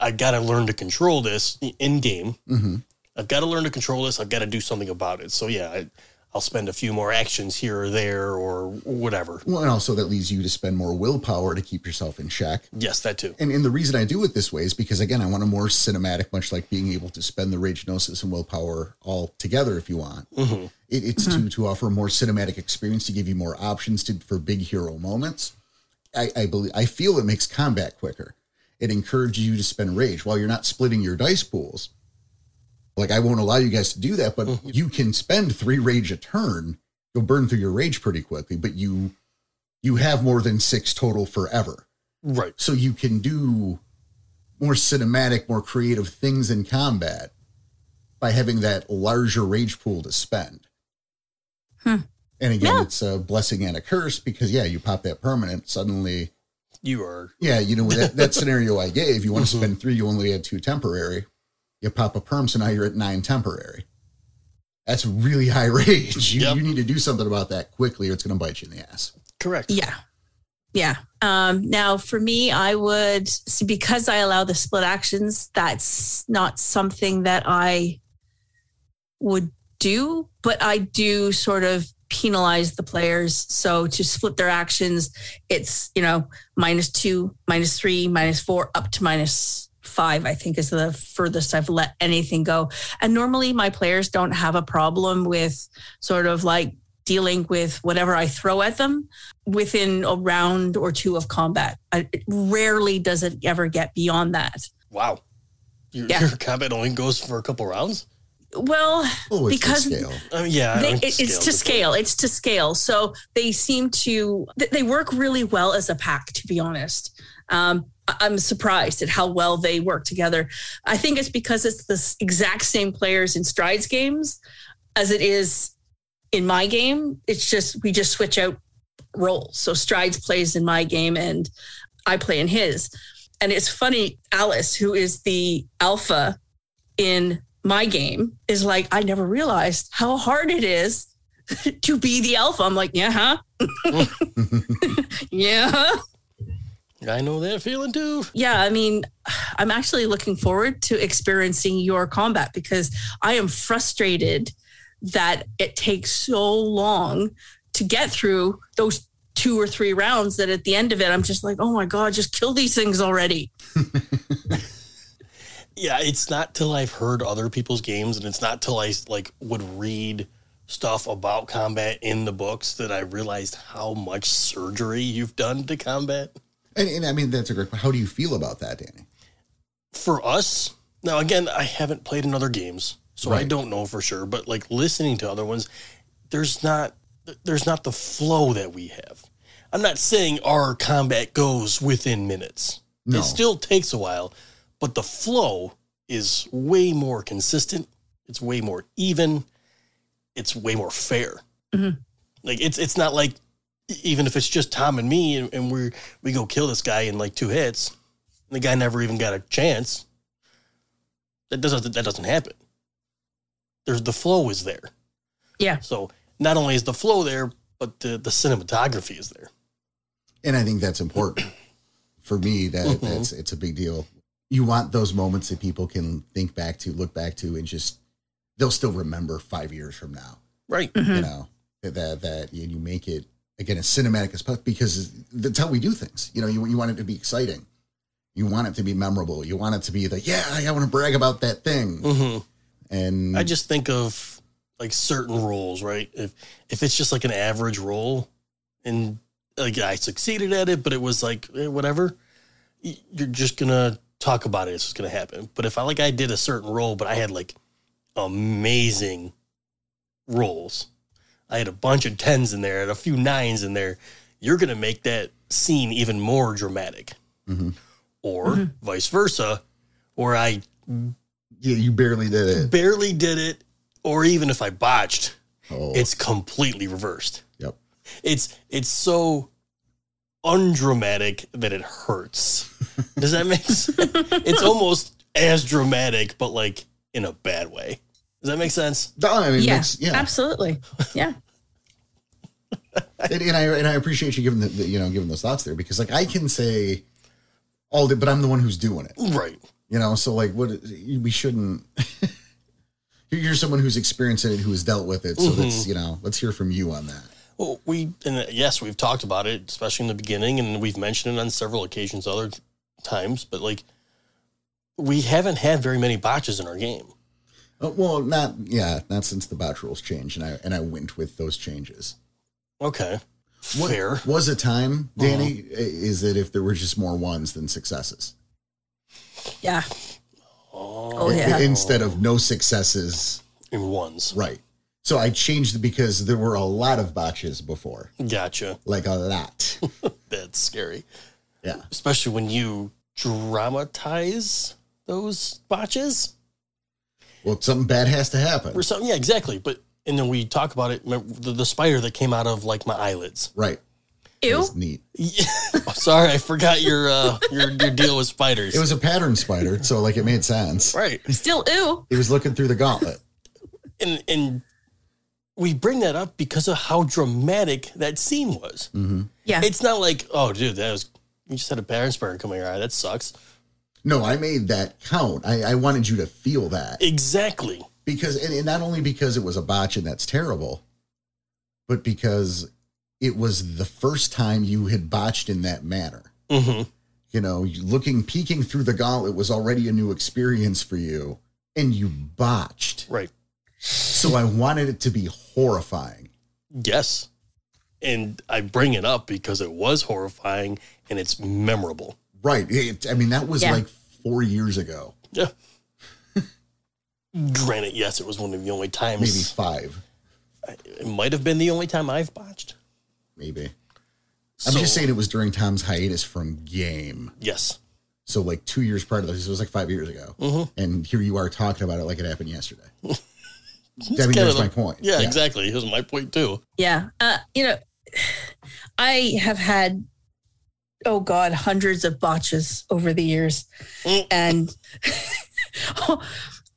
B: I've got to learn to control this in game.
A: Mm-hmm.
B: I've got to learn to control this. I've got to do something about it. So yeah, I, I'll spend a few more actions here or there or whatever.
A: Well, and also that leads you to spend more willpower to keep yourself in check.
B: Yes, that too.
A: And, and the reason I do it this way is because again, I want a more cinematic, much like being able to spend the rage gnosis and willpower all together if you want.
B: hmm
A: It, it's to to offer a more cinematic experience to give you more options to for big hero moments. I, I believe I feel it makes combat quicker. It encourages you to spend rage while you're not splitting your dice pools. Like I won't allow you guys to do that, but you can spend three rage a turn. You'll burn through your rage pretty quickly, but you you have more than six total forever
B: Right.
A: so you can do more cinematic, more creative things in combat by having that larger rage pool to spend.
C: Hmm.
A: And again,
C: Yeah.
A: it's a blessing and a curse because yeah, you pop that permanent suddenly.
B: You are.
A: Yeah, you know that, that scenario I gave. You want to
B: Mhm.
A: spend three, you only had two temporary. You pop a perm, so now you're at nine temporary. That's really high rage. You,
B: Yep.
A: you need to do something about that quickly, or it's going to bite you in the ass.
B: Correct.
C: Yeah. Yeah. Um, now, for me, I would, see, because I allow the split actions, that's not something that I would do, but I do sort of penalize the players. So to split their actions, it's, you know, minus two, minus three, minus four, up to minus five, I think is the furthest I've let anything go. And normally my players don't have a problem with sort of like dealing with whatever I throw at them within a round or two of combat. I, rarely does it ever get beyond that.
B: Wow. Your,
C: Yeah.
B: your combat only goes for a couple rounds.
C: Well,
A: Oh, it's
C: Because-
A: because scale.
B: I mean, yeah. I
C: they,
B: don't
C: it- it's to
B: the-
C: scale. It's to scale. So they seem to th- they work really well as a pack. To be honest, um, I- I'm surprised at how well they work together. I think it's because it's the s- exact same players in Strides games as it is in my game. It's just we just switch out roles. So Strides plays in my game and I play in his. And it's funny, Alice, who is the alpha in my game is like I never realized how hard it is to be the alpha. I'm like, yeah, huh? yeah. huh?
B: I know that feeling too.
C: Yeah, I mean, I'm actually looking forward to experiencing your combat because I am frustrated that it takes so long to get through those two or three rounds that at the end of it I'm just like, "Oh my god, just kill these things already."
B: yeah it's not till i've heard other people's games and it's not till i like would read stuff about combat in the books that i realized how much surgery you've done to combat
A: And, and I mean, that's a great. How do you feel about that, Danny?
B: for us now again i haven't played in other games So I
A: Right.
B: don't know for sure, but like listening to other ones, there's not there's not the flow that we have. I'm not saying our combat goes within minutes.
A: No.
B: It still takes a while, but the flow is way more consistent. It's way more even. It's way more fair.
C: Mhm.
B: Like it's it's not like even if it's just Tom and me and, and we we go kill this guy in like two hits, and the guy never even got a chance. That doesn't that doesn't happen. There's the flow is there.
C: Yeah.
B: So not only is the flow there, but the, the cinematography is there.
A: and I think that's important for me. That
B: Mhm.
A: that's it's a big deal. You want those moments that people can think back to, look back to, and just they'll still remember five years from now.
B: Right.
A: You know that that, that you, you make it again as cinematic as possible because that's how we do things. You know, you you want it to be exciting, you want it to be memorable, you want it to be the yeah, I want to brag about that thing,
B: hmm
A: and
B: I just think of like certain roles, right? If if it's just like an average role and like I succeeded at it, but it was like eh, whatever, y- you're just gonna talk about it. It's just gonna happen. But if I like I did a certain role, but I had like amazing roles, I had a bunch of tens in there and a few nines in there. You're gonna make that scene even more dramatic,
A: Mhm.
B: or vice versa, where I
A: you, you barely did it.
B: barely did it, or even if I botched,
A: Oh,
B: it's completely reversed.
A: yep.
B: It's it's so undramatic that it hurts. Does that make sense? it's almost as dramatic, but like in a bad way. Does that make sense?
A: No, Oh. I mean,
C: Yeah,
A: it's- yeah.
C: Absolutely. Yeah.
A: and, and I and I appreciate you giving the, the you know giving those thoughts there because like I can say all the but I'm the one who's doing it
B: Right.
A: you know so like what we shouldn't you're you're someone who's experienced it who has dealt with it so that's you know let's hear from you on that
B: Well, we and uh, yes, we've talked about it, especially in the beginning, and we've mentioned it on several occasions, other times. But like, we haven't had very many botches in our game.
A: Uh, well not yeah not since the botch rules changed and I and I went with those changes
B: Okay,
A: what
B: fair.
A: was a time Danny i- is that if there were just more ones than successes
C: Yeah.
B: Oh,
C: Oh, yeah.
A: instead of no successes
B: in ones.
A: right so I changed it because there were a lot of botches before
B: Gotcha.
A: like a lot
B: That's scary.
A: yeah
B: Especially when you dramatize those botches
A: well something bad has to happen
B: or something. Yeah, exactly. But and then we talk about it. remember The, the spider that came out of like my eyelids.
A: right it
C: Ew.
A: was neat
B: Yeah. Sorry, I forgot your uh, your your deal with spiders.
A: it was a pattern spider so like it made sense
B: right,
C: Still ew.
A: He was looking through the gauntlet.
B: and and we bring that up because of how dramatic that scene was.
C: Yeah.
B: It's not like oh, dude, that was you just had a parent spider come in your eye. That sucks.
A: No, I made that count. I, I wanted you to feel that
B: Exactly.
A: because, and, and not only because it was a botch and that's terrible, but because it was the first time you had botched in that manner.
B: hmm
A: You know, you- looking, peeking through the gauntlet was already a new experience for you, and you botched.
B: Right.
A: So I wanted it to be horrifying.
B: Yes. And I bring it up because it was horrifying and it's memorable.
A: Right. It, I mean, that was
C: Yeah.
A: like four years ago,
B: Yeah. Granted, yes, it was one of the only
A: maybe
B: times.
A: five,
B: It might have been the only time I've botched.
A: maybe. I'm just saying it was during Tom's hiatus from game.
B: Yes. Mm-hmm.
A: So like two years prior to this, it was like five years ago, and here you are talking about it like it happened yesterday. I mean,
B: Kinda
A: there's
B: the-
A: my point.
B: Yeah, exactly. It was my point too.
C: Yeah. Uh, you know, I have had, oh God, hundreds of botches over the years.
B: Mm.
C: And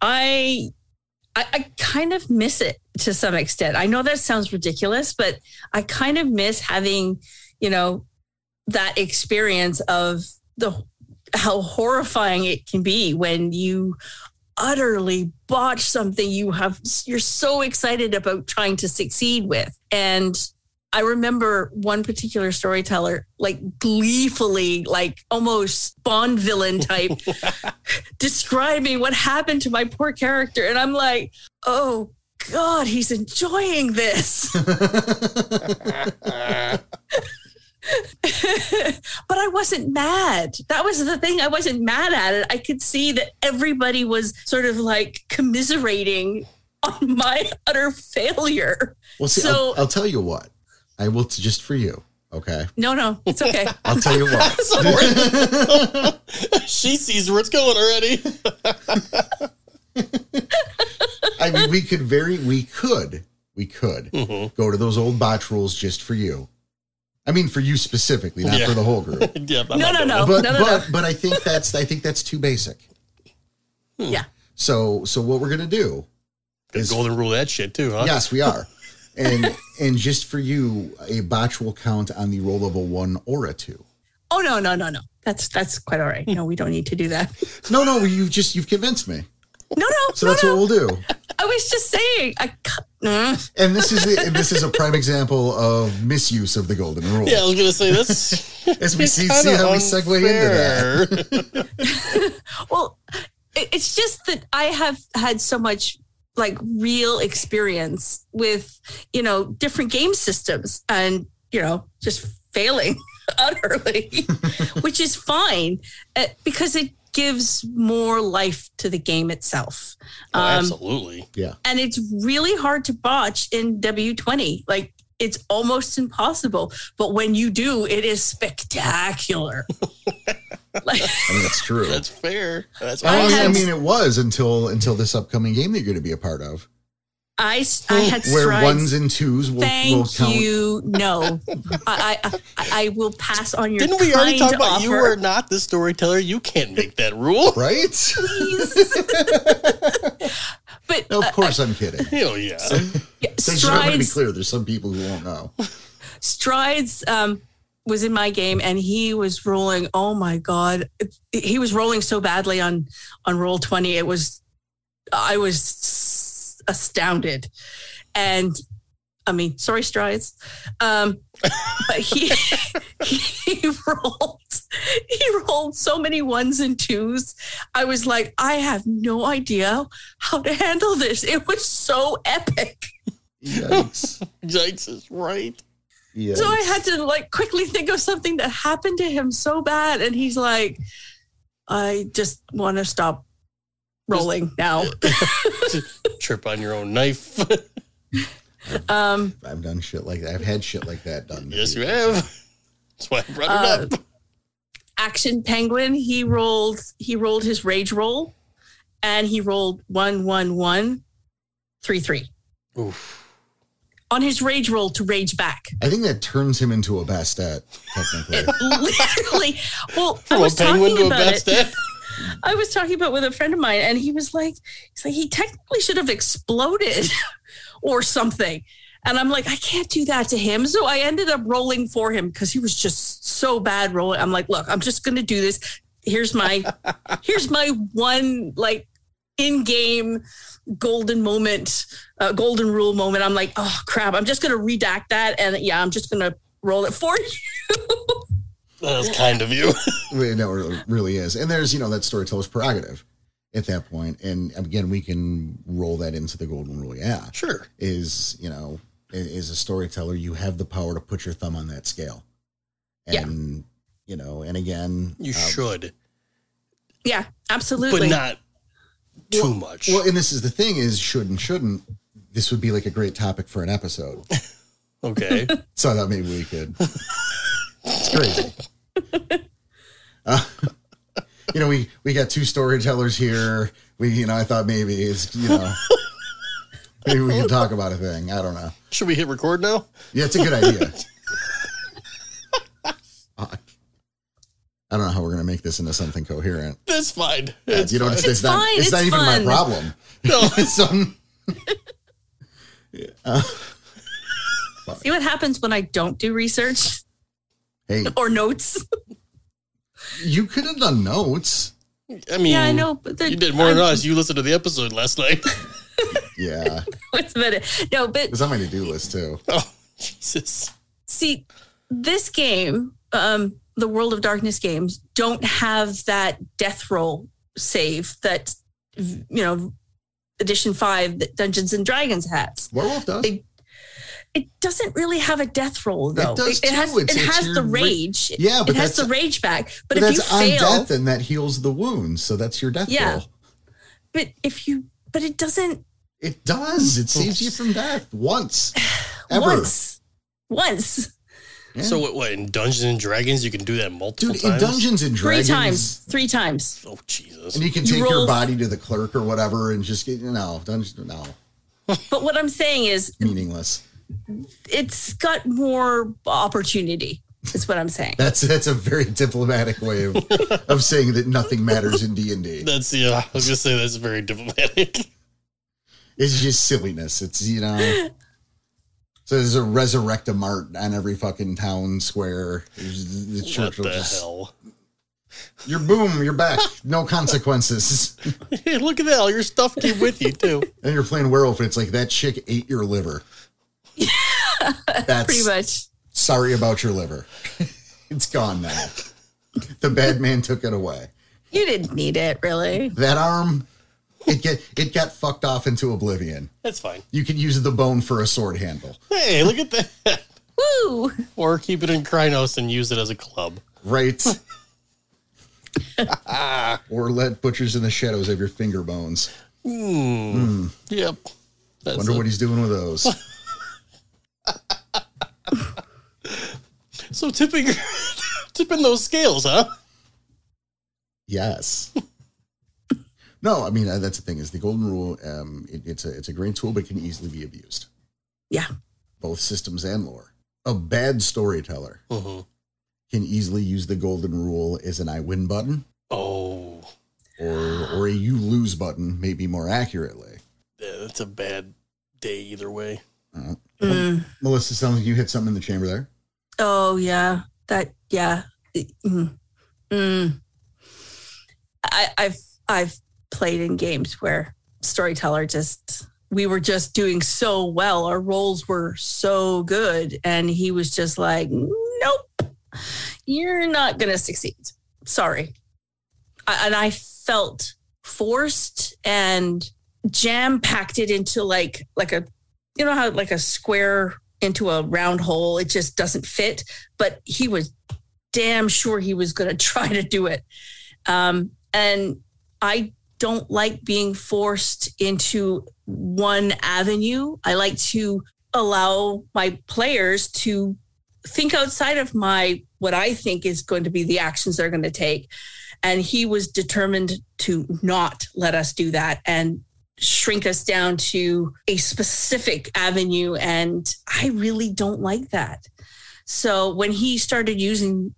C: I, I, I kind of miss it to some extent. I know that sounds ridiculous, but I kind of miss having, you know, that experience of the how horrifying it can be when you utterly botch something you have you're so excited about trying to succeed with and i remember one particular storyteller like gleefully like almost bond villain type describing what happened to my poor character and i'm like oh god he's enjoying this but I wasn't mad. That was the thing. I wasn't mad at it. I could see that everybody was sort of like commiserating on my utter failure.
A: Well, see,
C: So-
A: I'll, I'll tell you what. I will t- just for you. Okay.
C: No, no, it's okay.
A: I'll tell you what.
B: she sees where it's going already.
A: I mean, we could very, we could, we could go to those old botch rules just for you. I mean, for you specifically, not
B: Yeah.
A: for the whole group. But
B: yeah, I'm
C: No,
B: not
C: no,
B: doing
C: no.
A: but
C: Oh, no, no, no.
A: but I think that's I think that's too basic. Hmm.
C: Yeah.
A: So so what we're gonna do?
B: it. Gonna Golden rule that shit too, huh?
A: Yes, we are. And and just for you, a botch will count on the roll of a one or a two.
C: Oh no, no, no, no. That's that's quite all
A: Hmm.
C: right. No, we don't need to do that.
A: No, no, you just you've convinced me.
C: No, no,
A: So
C: no,
A: that's
C: no.
A: what we'll do.
C: I was just saying. I cu- mm.
A: And this is and this is a prime example of misuse of the golden rule.
B: Yeah, I was gonna say this.
A: As we see, see how we segue into that.
B: into that.
C: well, it, it's just that I have had so much like real experience with you know different game systems and you know just failing utterly, which is fine uh, because it gives more life to the game itself.
B: Oh,
C: Um,
B: absolutely.
A: Yeah.
C: and it's really hard to botch in W20. Like it's almost impossible, but when you do, it is spectacular. like
A: I mean, that's true.
B: That's fair. That's
A: I mean, I
C: had-
A: mean, it was until until this upcoming game that you're going to be a part of,
C: I, s- I had
A: where
C: strides.
A: ones and twos will,
C: Thank
A: will count.
C: you. No, I, I I I will pass on your.
B: Didn't we already
C: kind
B: talk about you
C: offer.
B: are not the storyteller? You can't make that rule.
A: Right?
C: Please. but
A: No, of course, I'm kidding.
B: Hell yeah.
C: yeah,
A: I just want to be
C: strides
A: clear. There's some people who won't know.
C: Strides um, was in my game, and he was rolling. Oh my god, he was rolling so badly on on roll twenty. It was, I was astounded, and I mean, sorry, Strides, um, but he he rolled he rolled so many ones and twos. I was like, I have no idea how to handle this. It was so epic.
A: Yikes!
B: Jikes is right.
A: Yikes.
C: So I had to like quickly think of something that happened to him so bad, and he's like, "I just want to stop rolling now."
B: Trip on your own knife.
C: Um,
A: I've done shit like that. I've had shit like that done. to
B: yes, you
A: me.
B: have. That's why I brought it up.
C: Action Penguin, he rolled he rolled his rage roll, and he rolled one one one, three three Uh,
B: Oof.
C: on his rage roll to rage back.
A: I think that turns him into a bastet, technically.
C: Literally, well, I
B: From a
C: was
B: penguin
C: talking
B: to a
C: about it.
B: bastet.
C: I was talking about with a friend of mine, and he was like, he's like, he technically should have exploded or something. And I'm like, I can't do that to him. So I ended up rolling for him because he was just so bad rolling. I'm like, look, I'm just gonna do this. Here's my here's my one like in-game golden moment, uh, golden rule moment. I'm like, oh crap, I'm just gonna redact that and yeah, I'm just gonna roll it for you.
B: That was kind of you.
A: Wait, no, it really is. And there's, you know, that storyteller's prerogative at that point. And again, we can roll that into the golden rule. Yeah.
B: Sure.
A: is you know i- is a storyteller you have the power to put your thumb on that scale
C: Yeah.
A: and you know and again
B: You
A: uh,
B: should.
C: Yeah, Um, absolutely.
B: But not too much.
A: well and this is the thing is should and shouldn't this would be like a great topic for an episode
B: Okay.
A: so i thought maybe we could it's crazy Uh, you know we we got two storytellers here we you know i thought maybe it's you know maybe we can talk about a thing i don't know
B: Should we hit record now?
A: Yeah, it's a good idea. Fuck. I don't know how we're gonna make this into something coherent.
B: That's fine.
A: you know, it's, it's not,
C: fine,
A: it's,
C: it's
A: not even my
C: fun.
A: problem.
B: No.
A: It's, um,
C: See what happens when I don't do research
A: hey,
C: or notes.
A: you could have done notes.
B: I mean,
C: Yeah, I know, but they're-
B: you did more than
C: I'm-
B: us. You listened to the episode last night.
A: Yeah, it
C: Wait a minute. No, but
A: was on my to do list too.
B: oh, Jesus.
C: see, this game, um, the World of Darkness games, don't have that death roll save that you know, edition five that Dungeons and Dragons has.
A: Werewolf does.
C: They- It doesn't really have a death roll though. It,
A: does
C: it has
A: too. It's-
C: it
A: it's
C: has
A: your
C: the
A: ra-
C: rage.
A: Yeah, but
C: it has
A: that's-
C: the rage back.
A: But
C: But, if you
A: that's on
C: fail,
A: death, and that heals the wounds. So that's your death
C: Yeah.
A: roll.
C: but if you but it doesn't
A: It does. It saves you from death once, ever.
C: once once
A: Yeah.
B: So what, what? In Dungeons and Dragons, you can do that multiple
A: dude, in
B: times.
A: Dungeons and
C: three
A: Dragons,
C: times three times.
B: oh Jesus!
A: and you can
C: You
A: take your
C: roll-
A: body to the clerk or whatever, and just get no dungeons. No,
C: But what I'm saying is
A: meaningless.
C: it's got more opportunity. Is what I'm saying.
A: That's that's a very diplomatic way of, of saying that nothing matters in D and D.
B: That's yeah. I was gonna say that's very diplomatic.
A: It's just silliness. It's you know. So there's a resurrect a mart on every fucking town square. The
B: what
A: church
B: the
A: will just
B: hell?
A: you're boom, you're back. No consequences.
B: Hey, look at that! All your stuff came with you too.
A: and you're playing werewolf, and it's like that chick ate your liver. That's
C: Pretty much.
A: sorry about your liver. it's gone now. The bad man took it away.
C: You didn't need it really.
A: That arm, it get it got fucked off into oblivion.
B: That's fine.
A: You can use the bone for a sword handle.
B: Hey, look at that!
C: Woo!
B: Or keep it in Krynos and use it as a club.
A: Right. or let butchers in the shadows have your finger bones.
B: Hmm. Yep. That's
A: Hmm. Wonder
B: it.
A: what he's doing with those.
B: so tipping, tipping those scales, huh?
A: yes. No, I mean uh, that's the thing is the golden rule. Um, it, it's a it's a great tool, but it can easily be abused,
C: Yeah.
A: both systems and lore. A bad storyteller
B: Mm-hmm.
A: can easily use the golden rule as an "I win" button,
B: Oh,
A: or or a "You lose" button, maybe more accurately.
B: yeah, that's a bad day either way.
A: Uh,
C: Mm.
A: Melissa, sounds like you hit something in the chamber there.
C: Oh yeah, that yeah. Mm. Mm. I, I've I've played in games where storyteller just we were just doing so well, our roles were so good, and he was just like, "Nope, you're not gonna succeed. Sorry." I, and I felt forced and jam packed it into like like a you know how like a square into a round hole it just doesn't fit but he was damn sure he was going to try to do it um, and i don't like being forced into one avenue i like to allow my players to think outside of my what i think is going to be the actions they're going to take and he was determined to not let us do that and shrink us down to a specific avenue. And I really don't like that. So when he started using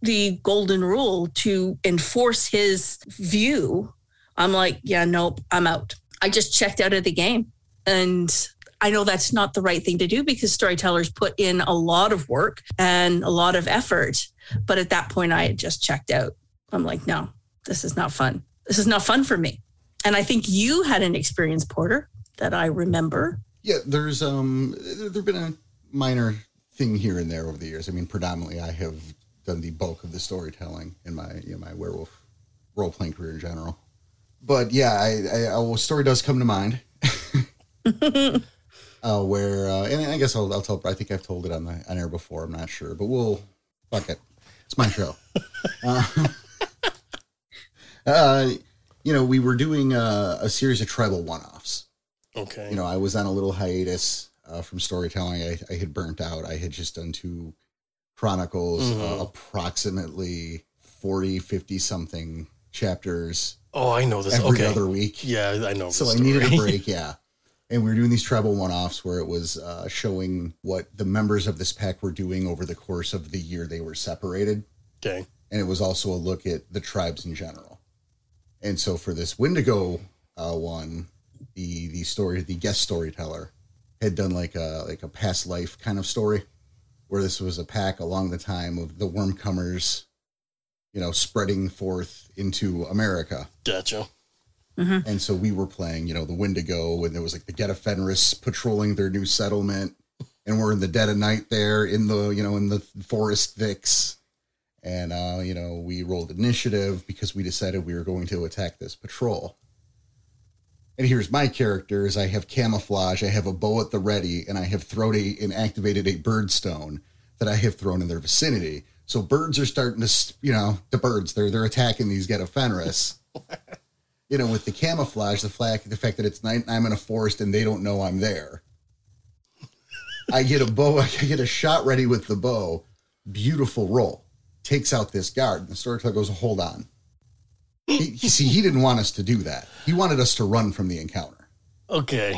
C: the golden rule to enforce his view, I'm like, yeah, nope, I'm out. I just checked out of the game. And I know that's not the right thing to do because storytellers put in a lot of work and a lot of effort. But at that point, I had just checked out. I'm like, no, this is not fun. This is not fun for me. And I think you had an experience, Porter, that I remember.
A: Yeah, there's um there have been a minor thing here and there over the years. I mean, predominantly I have done the bulk of the storytelling in my you know, my werewolf role playing career in general. But yeah, I, I, I well, a story does come to mind. uh, where uh, and I guess I'll, I'll tell. I think I've told it on the on air before. I'm not sure, but we'll fuck it. It's my show. uh, uh, you know, we were doing uh, a series of tribal one offs
B: Okay.
A: you know, I was on a little hiatus uh, from storytelling. I, I had burnt out. I had just done two chronicles,
B: Mhm.
A: uh, approximately 40, 50 something chapters
B: oh, I know this.
A: every
B: okay.
A: other week.
B: yeah, I know.
A: so
B: this
A: I
B: story.
A: needed a break. Yeah. And we were doing these tribal one offs where it was uh, showing what the members of this pack were doing over the course of the year they were separated
B: okay.
A: and it was also a look at the tribes in general. And so for this Wendigo uh, one, the the story, the guest storyteller had done like a like a past life kind of story, where this was a pack along the time of the Wormcomers, you know, spreading forth into America.
B: Gotcha.
A: And so we were playing, you know, the Wendigo, and there was like the Geta Fenris patrolling their new settlement, and we're in the dead of night there in the, you know, in the forest Vix. And, uh, you know, we rolled initiative because we decided we were going to attack this patrol. And here's my characters. I have camouflage, I have a bow at the ready, and I have thrown a, and activated a bird stone that I have thrown in their vicinity. So birds are starting to, you know, the birds, they're, they're attacking these Getafenris. you know, with the camouflage, the flag, the fact that it's night, I'm in a forest and they don't know I'm there. I get a bow, I get a shot ready with the bow. Beautiful roll. Takes out this guard. And the storyteller goes, hold on. He, he- see, he didn't want us to do that. He wanted us to run from the encounter,
B: Okay.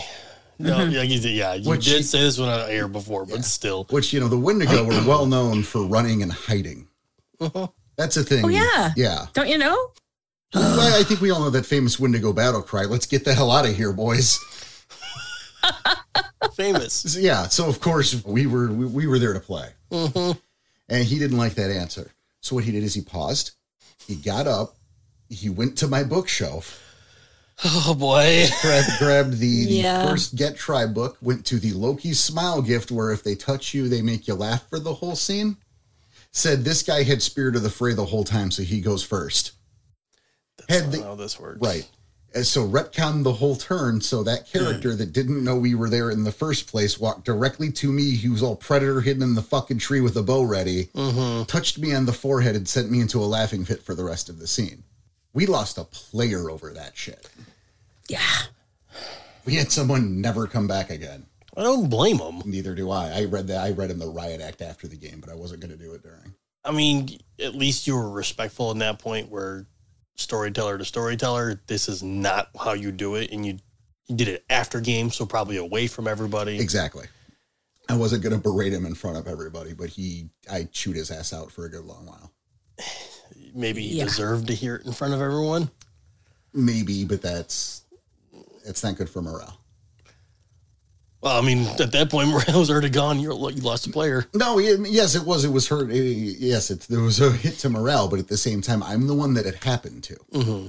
B: No, yeah, you did, yeah, you
A: Which-
B: did say this one on air before, but still.
A: which, you know, the Wendigo were well known for running and hiding. That's a thing.
C: Oh, yeah.
A: Yeah.
C: Don't you know?
A: Well, I think we all know that famous Wendigo battle cry. Let's get the hell out of here, boys.
B: Famous.
A: So, yeah. So of course we were we, we were there to play,
B: Mm-hmm.
A: and he didn't like that answer. So what he did is he paused, he got up, he went to my bookshelf,
B: Oh boy.
A: grabbed, grabbed the, the
C: Yeah.
A: first Get Tribe book, went to the Loki Smile gift, where if they touch you, they make you laugh for the whole scene. Said this guy had spirit of the fray the whole time, so he goes first.
B: That's
A: Had
B: not
A: the-
B: how this works.
A: Right. And so retcon the whole turn. So that character that didn't know we were there in the first place walked directly to me. He was all predator hidden in the fucking tree with a bow ready,
B: Mm-hmm.
A: touched me on the forehead and sent me into a laughing fit for the rest of the scene. We lost a player over that shit.
C: Yeah.
A: We had someone never come back again.
B: I don't blame him.
A: Neither do I. I read that. I read him the riot act after the game, but I wasn't going to do it during.
B: I mean, at least you were respectful in that point where storyteller to storyteller, this is not how you do it. And you, you did it after game, so probably away from everybody.
A: Exactly. I wasn't going to berate him in front of everybody, but he, I chewed his ass out for a good long while.
B: Maybe he
C: Yeah.
B: deserved to hear it in front of everyone.
A: maybe, but that's it's not good for morale.
B: Well, I mean, at that point, Moreno's already gone. You're, you lost a player.
A: No, y- yes, it was. It was hurt. eh, Yes, it there was a hit to morale, but at the same time, I'm the one that it happened to,
B: Mm-hmm.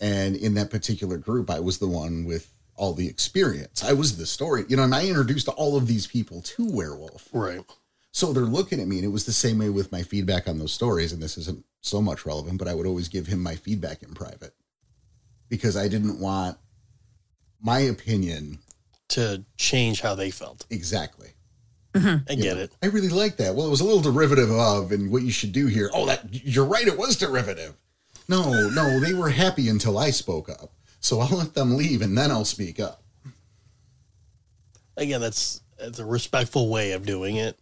A: and in that particular group, I was the one with all the experience. I was the story, you know, and I introduced all of these people to werewolf.
B: Right.
A: So they're looking at me, and it was the same way with my feedback on those stories. And this isn't so much relevant, but I would always give him my feedback in private because I didn't want my opinion
B: To change how they felt.
A: exactly.
B: I
A: you
B: get
A: know,
B: it.
A: I really like that. Well, it was a little derivative of, and what you should do here. Oh, that you're right. It was derivative. No, no, they were happy until I spoke up. So I'll let them leave, and then I'll speak up.
B: again that's that's a respectful way of doing it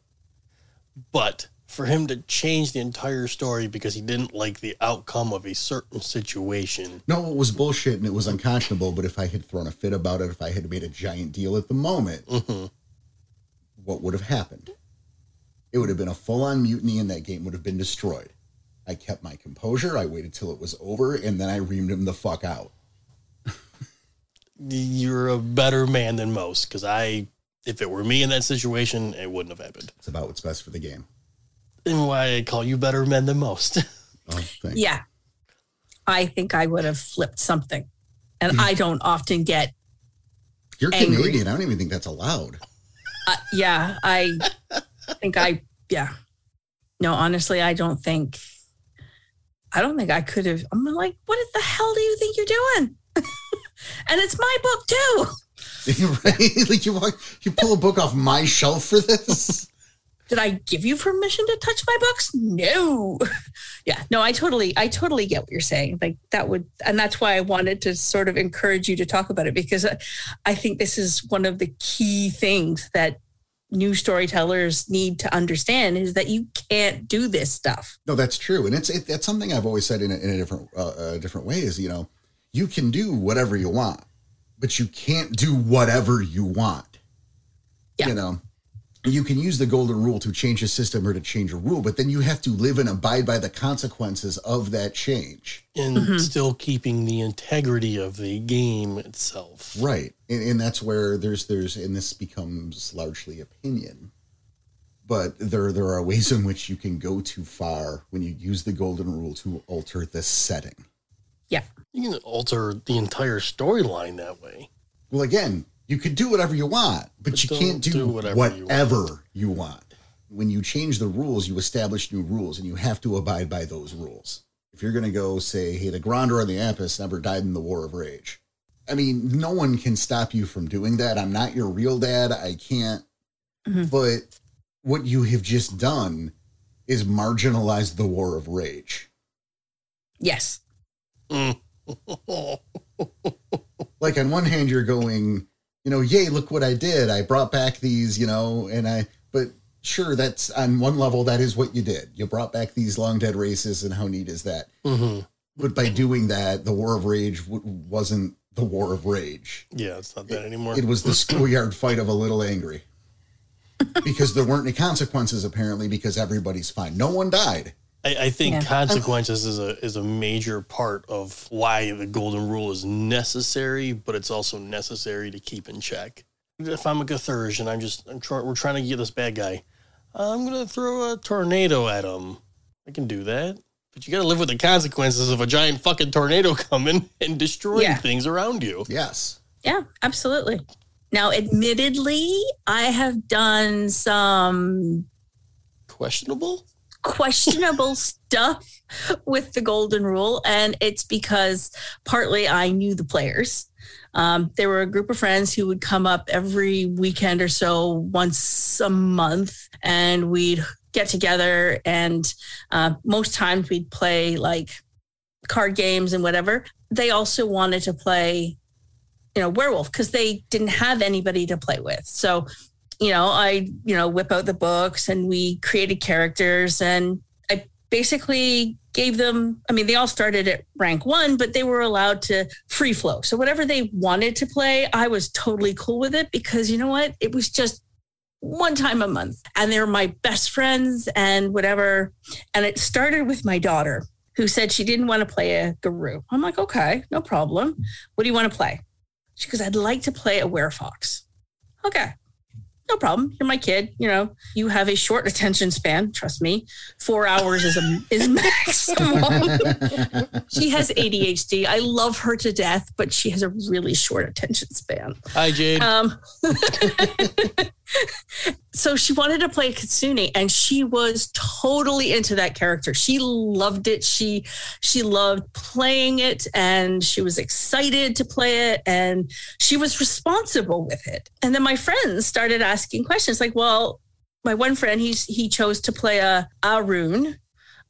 B: but for him to change the entire story because he didn't like the outcome of a certain situation
A: No, it was bullshit, and it was unconscionable. But if I had thrown a fit about it, if I had made a giant deal at the moment,
B: mm-hmm,
A: what would have happened? It would have been a full-on mutiny, and that game would have been destroyed. I kept my composure. I waited till it was over, and then I reamed him the fuck out.
B: you're a better man than most because i if it were me in that situation it wouldn't have happened
A: It's about what's best for the game.
B: and why i call you better men than most
A: Oh, thanks.
C: Yeah. I think I would have flipped something. And I don't often get,
A: You're
C: angry.
A: Canadian. I don't even think that's allowed.
C: uh, yeah, I think I, yeah. No, honestly, I don't think, I don't think I could have. I'm like, what the hell do you think you're doing? and it's my book too.
A: right? Like you walk, you pull a book off my shelf for this.
C: Did I give you permission to touch my books? No. Yeah, no, I totally, I totally get what you're saying. Like that would, and that's why I wanted to sort of encourage you to talk about it because I, I think this is one of the key things that new storytellers need to understand is that you can't do this stuff.
A: No, that's true, and it's it, that's something I've always said in a, in a different uh, a different way. Is you know, you can do whatever you want, but you can't do whatever you want.
C: Yeah.
A: You know, you can use the golden rule to change a system or to change a rule, but then you have to live and abide by the consequences of that change.
B: and still keeping the integrity of the game itself
A: right and, and that's where there's there's and this becomes largely opinion but there there are ways in which you can go too far when you use the golden rule to alter the setting
B: you can alter the entire storyline that way
A: well again you can do whatever you want but,
B: But
A: you
B: don't
A: can't do,
B: do
A: whatever,
B: whatever
A: you,
B: you
A: want. when you change the rules you establish new rules and you have to abide by those rules if you're going to go say hey the grandeur and the apis never died in the war of rage I mean, no one can stop you from doing that. I'm not your real dad. I can't.
C: Mhm.
A: But what you have just done is marginalized the war of rage.
C: Yes.
B: Mm-hmm.
A: Like, on one hand, you're going, you know, yay, look what I did. I brought back these, you know, and I, but sure, that's on one level, that is what you did. You brought back these long dead races, and how neat is that?
B: hmm
A: But by doing that, the war of rage w- wasn't the war of rage.
B: Yeah, it's not that anymore.
A: It was the schoolyard fight of a little angry. Because there weren't any consequences apparently because everybody's fine. No one died.
B: I, I think
C: Yeah.
B: consequences is a is a major part of why the golden rule is necessary, but it's also necessary to keep in check. If I'm a Gatherge and I'm just I'm try, we're trying to get this bad guy, I'm gonna throw a tornado at him. I can do that, but you gotta live with the consequences of a giant fucking tornado coming and destroying
C: Yeah.
B: things around you.
A: Yes.
C: Yeah, absolutely. Now, admittedly, I have done some
B: Questionable.
C: questionable stuff with the golden rule and it's because partly i knew the players um, there were a group of friends who would come up every weekend or so once a month and we'd get together and uh, most times we'd play like card games and whatever they also wanted to play you know werewolf because they didn't have anybody to play with so you know, I, you know, whip out the books and we created characters and I basically gave them, I mean, they all started at rank one, but they were allowed to free flow. So whatever they wanted to play, I was totally cool with it because you know what? It was just one time a month and they were my best friends and whatever. And it started with my daughter who said she didn't want to play a guru. I'm like, okay, no problem. What do you want to play? She goes, I'd like to play a werefox. Okay no problem. You're my kid. You know, you have a short attention span. Trust me, four hours is a, is maximum. she has ADHD. I love her to death, but she has a really short attention span.
B: Hi Jade.
C: Um, so she wanted to play Katsune, and she was totally into that character. She loved it. She she loved playing it, and she was excited to play it, and she was responsible with it. And then my friends started asking questions like, "Well, my one friend he he chose to play a Arun,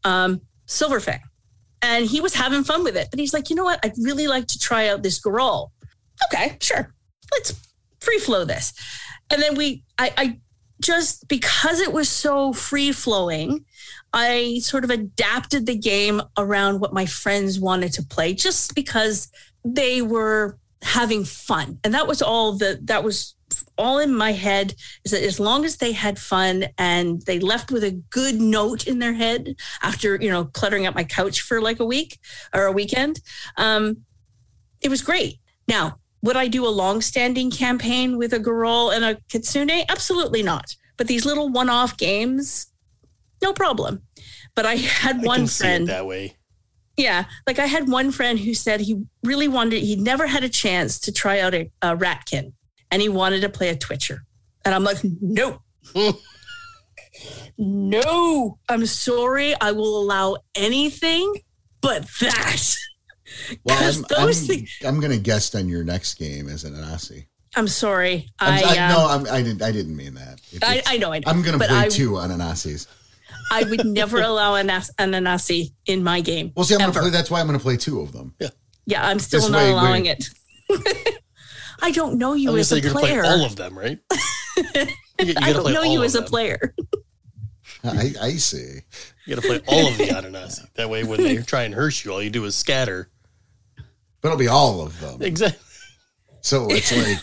C: um, Silverfang." And he was having fun with it, but he's like, you know what? I'd really like to try out this Garol. Okay, sure let's free flow this. And then we, I, I just, because it was so free flowing, I sort of adapted the game around what my friends wanted to play just because they were having fun. And that was all the, that was all in my head is that as long as they had fun and they left with a good note in their head after, you know, cluttering up my couch for like a week or a weekend, um, it was great. Now, would I do a long-standing campaign with a Garol and a Kitsune? Absolutely not. But these little one-off games, no problem. But I had
B: I
C: one
B: can
C: friend.
B: see it that way.
C: Yeah, like I had one friend who said he really wanted, he never had a chance to try out a, a ratkin, and he wanted to play a twitcher, and I'm like, no, no, I'm sorry, I will allow anything but that.
A: well,
C: Because
A: I'm,
C: those
A: I'm,
C: things-
A: I'm gonna guess on your next game as an Anasi.
C: I'm sorry,
A: I'm,
C: I,
A: I,
C: um,
A: no, I'm, I didn't. I didn't mean that. If
C: I,
A: it's-
C: I know, I know,
A: I'm gonna
C: but
A: play
C: I-
A: two Ananasis.
C: I would never allow an anas- an ananasi in my game.
A: Well, see, I'm
C: Ever.
A: gonna play. That's why I'm gonna play two of them.
C: Yeah, I'm still
A: Just
C: not
A: wait,
C: allowing
A: wait.
C: it. I don't know you
B: Unless
C: as a
B: you're gonna play
C: player.
B: all of them, right? You- you gotta
C: I don't
B: play
C: know
B: all
C: you
B: of
C: as a
B: them.
C: player.
A: I, I see.
B: You gotta play all of the Adonasi. That way, when they try and hurt you, all you do is scatter.
A: But it'll be all of them.
B: Exactly.
A: So it's like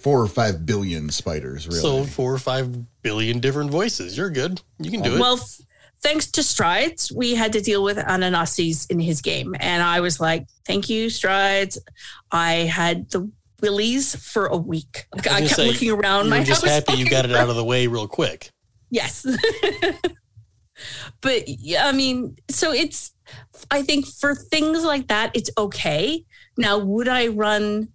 A: four or five billion spiders, really.
B: So four or five billion different voices. You're good. You can do it.
C: Well, f- thanks to Strides, we had to deal with Ananasis in his game. And I was like, thank you, Strides. I had the willies for a week. Like, I
B: gonna
C: kept
B: say,
C: looking around.
B: You're
C: my
B: just
C: house
B: happy you
C: looking
B: got it
C: for-
B: out of the way real quick.
C: Yes. but yeah, I mean, so it's, I think for things like that, it's okay. Now, would I run,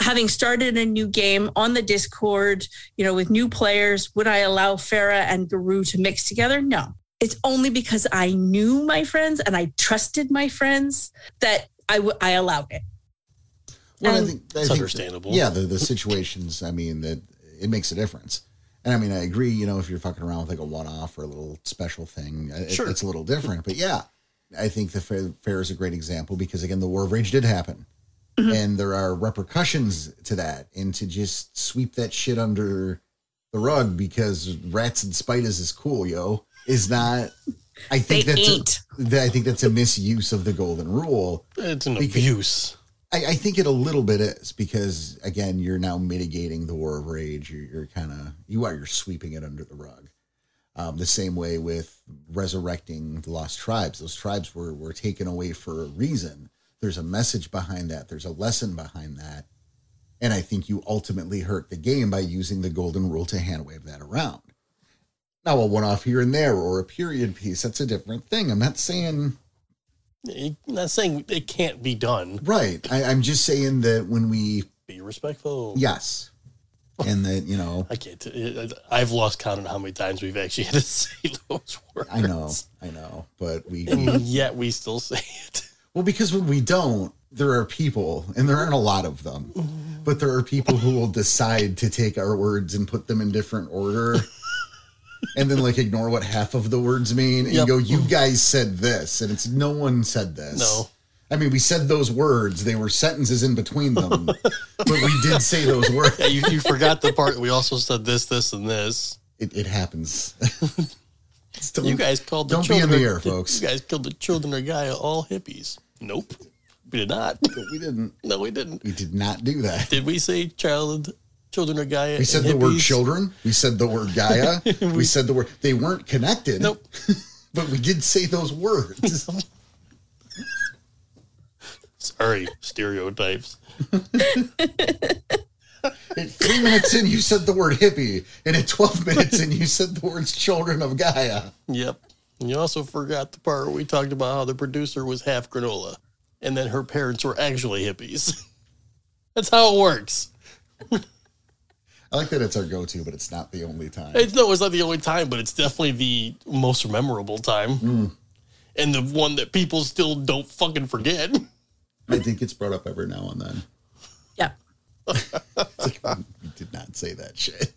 C: having started a new game on the Discord, you know, with new players, would I allow Farah and Guru to mix together? No. It's only because I knew my friends and I trusted my friends that I, w- I allowed it.
A: Well,
C: And-
A: I think, I
B: It's
A: think-
B: understandable.
A: yeah, the, the situations, I mean, that it makes a difference. And I mean, I agree, you know, if you're fucking around with like a one off or a little special thing, uh, it,
B: Sure.
A: it's a little different. But yeah, I think the fair, fair is a great example because, again, the War of Rage did happen.
C: Mm-hmm.
A: And there are repercussions to that. And to just sweep that shit under the rug because rats and spiders is cool, yo, is not. I
C: They
A: think that's
C: ain't.
A: A, that- I think that's a misuse of the golden rule.
B: It's an
A: Because-
B: abuse.
A: I, I think it a little bit is because again, you're now mitigating the war of rage. You're, you're kind of you are you're sweeping it under the rug. Um, the same way with resurrecting the lost tribes. Those tribes were were taken away for a reason. There's a message behind that. There's a lesson behind that. And I think you ultimately hurt the game by using the golden rule to hand wave that around. Now a one off here and there or a period piece, that's a different thing. I'm not saying
B: I'm not saying it can't be done.
A: right. I, I'm just saying that when we
B: Be respectful.
A: Yes. And that, you know,
B: I can't. I- I've lost count on how many times we've actually had to say those words.
A: I know, I know, but we,
B: And yet we still say it.
A: well, because when we don't, there are people, and there aren't a lot of them, but there are people who will decide to take our words and put them in different order and then like ignore what half of the words mean and
B: Yep.
A: go, you guys said this. And it's no one said this.
B: No.
A: I mean, we said those words, they were sentences in between them, but we did say those words.
B: Yeah, you, you forgot the part. that We also said this, this, and this.
A: It, it happens. Still,
B: You guys called the
A: Don't be in
B: children.
A: the air, folks.
B: You guys killed the children of Gaia all hippies. Nope. We did not.
A: we didn't.
B: No, we didn't.
A: We did not do that.
B: Did we say child, children of Gaia?
A: We said the word children. We said the word Gaia. we said the word. They weren't connected.
B: Nope.
A: But we did say those words.
B: Sorry, stereotypes.
A: at three minutes in, you said the word hippie, and at twelve minutes in, you said the words children of Gaia.
B: Yep. And you also forgot the part where we talked about how the producer was half granola and that her parents were actually hippies. That's how it works.
A: I like that it's our go-to, but it's not the only time.
B: It's, no, it's not the only time, but it's definitely the most memorable time.
A: Hmm.
B: And the one that people still don't fucking forget.
A: I think it's brought up every now and then.
C: Yeah.
A: It's like, we did not say that shit.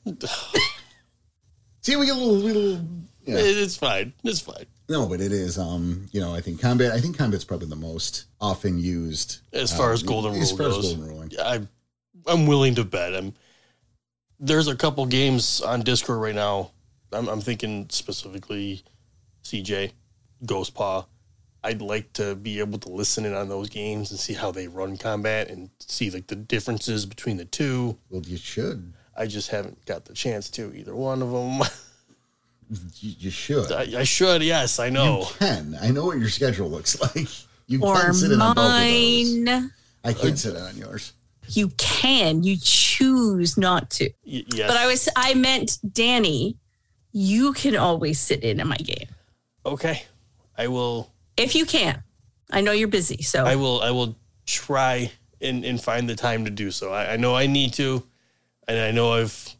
A: See, we get a little, little. Yeah.
B: It- It's fine. It's fine.
A: No, but it is. Um, you know, I think combat. I think combat's probably the most often used um,
B: As far as golden
A: Uh, as
B: rule
A: far as
B: goes.
A: golden ruling.
B: I I'm willing to bet. I'm there's a couple games on Discord right now. I'm, I'm thinking specifically CJ, Ghost Paw. I'd like to be able to listen in on those games and see how they run combat and see like the differences between the two.
A: Well, you should.
B: I just haven't got the chance to either one of them.
A: You, you should.
B: I, I should, yes, I know.
A: You can. I know what your schedule looks like. You
C: Or
A: can sit in on both of those.
C: mine.
A: I can't sit in on yours.
C: You can. You choose not to.
B: Y- yes.
C: But I was I meant Danny, you can always sit in on my game.
B: okay. I will.
C: If you can. I know you're busy, so
B: I will I will try and, and find the time to do so. I, I know I need to, and I know I've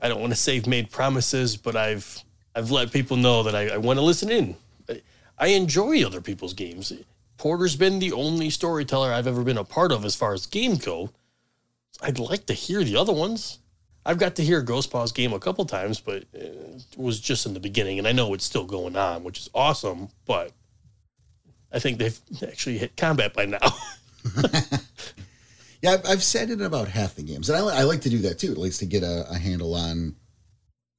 B: I don't want to say I've made promises, but I've I've let people know that I, I want to listen in. I, I enjoy other people's games. Porter's been the only storyteller I've ever been a part of as far as games go. I'd like to hear the other ones. I've got to hear Ghost Paw's game a couple times, but uh, it was just in the beginning, and I know it's still going on, which is awesome. But I think they've actually hit combat by now.
A: Yeah, I've, I've sat in about half the games, and I, li- I like to do that too, at least to get a, a handle on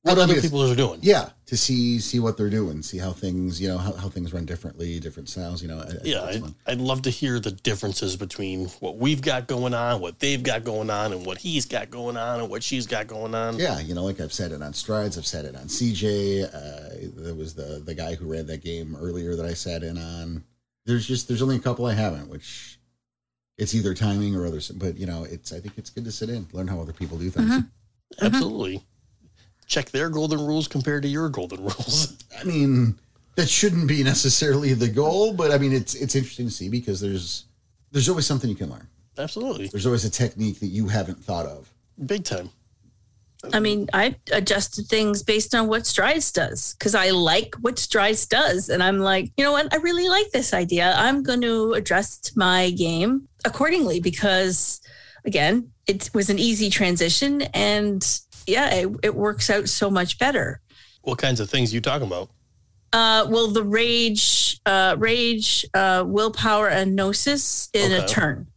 B: what
A: Well,
B: other
A: because-
B: people are doing.
A: Yeah, to see see what they're doing, see how things you know how, how things run differently, different styles. You know, I- I think
B: Yeah,
A: that's
B: I'd,
A: fun.
B: I'd love to hear the differences between what we've got going on, what they've got going on, and what he's got going on, and what she's got going on.
A: yeah. You know, like I've said it on strides, I've said it on CJ. Uh, there was the the guy who ran that game earlier that I sat in on. There's just there's only a couple I haven't, which it's either timing or others. But you know, it's I think it's good to sit in, learn how other people do things.
B: Absolutely. Check their golden rules compared to your golden rules.
A: I mean, that shouldn't be necessarily the goal, but I mean, it's it's interesting to see because there's there's always something you can learn.
B: Absolutely.
A: There's always a technique that you haven't thought of.
B: Big time.
C: I mean, I adjusted things based on what Strides does because I like what Strides does. And I'm like, you know what? I really like this idea. I'm going to adjust my game accordingly because, again, it was an easy transition. And yeah, it, it works out so much better.
B: What kinds of things you talking about?
C: Uh, well, the rage, uh, rage, uh, willpower, and gnosis in a
B: Okay.
C: turn.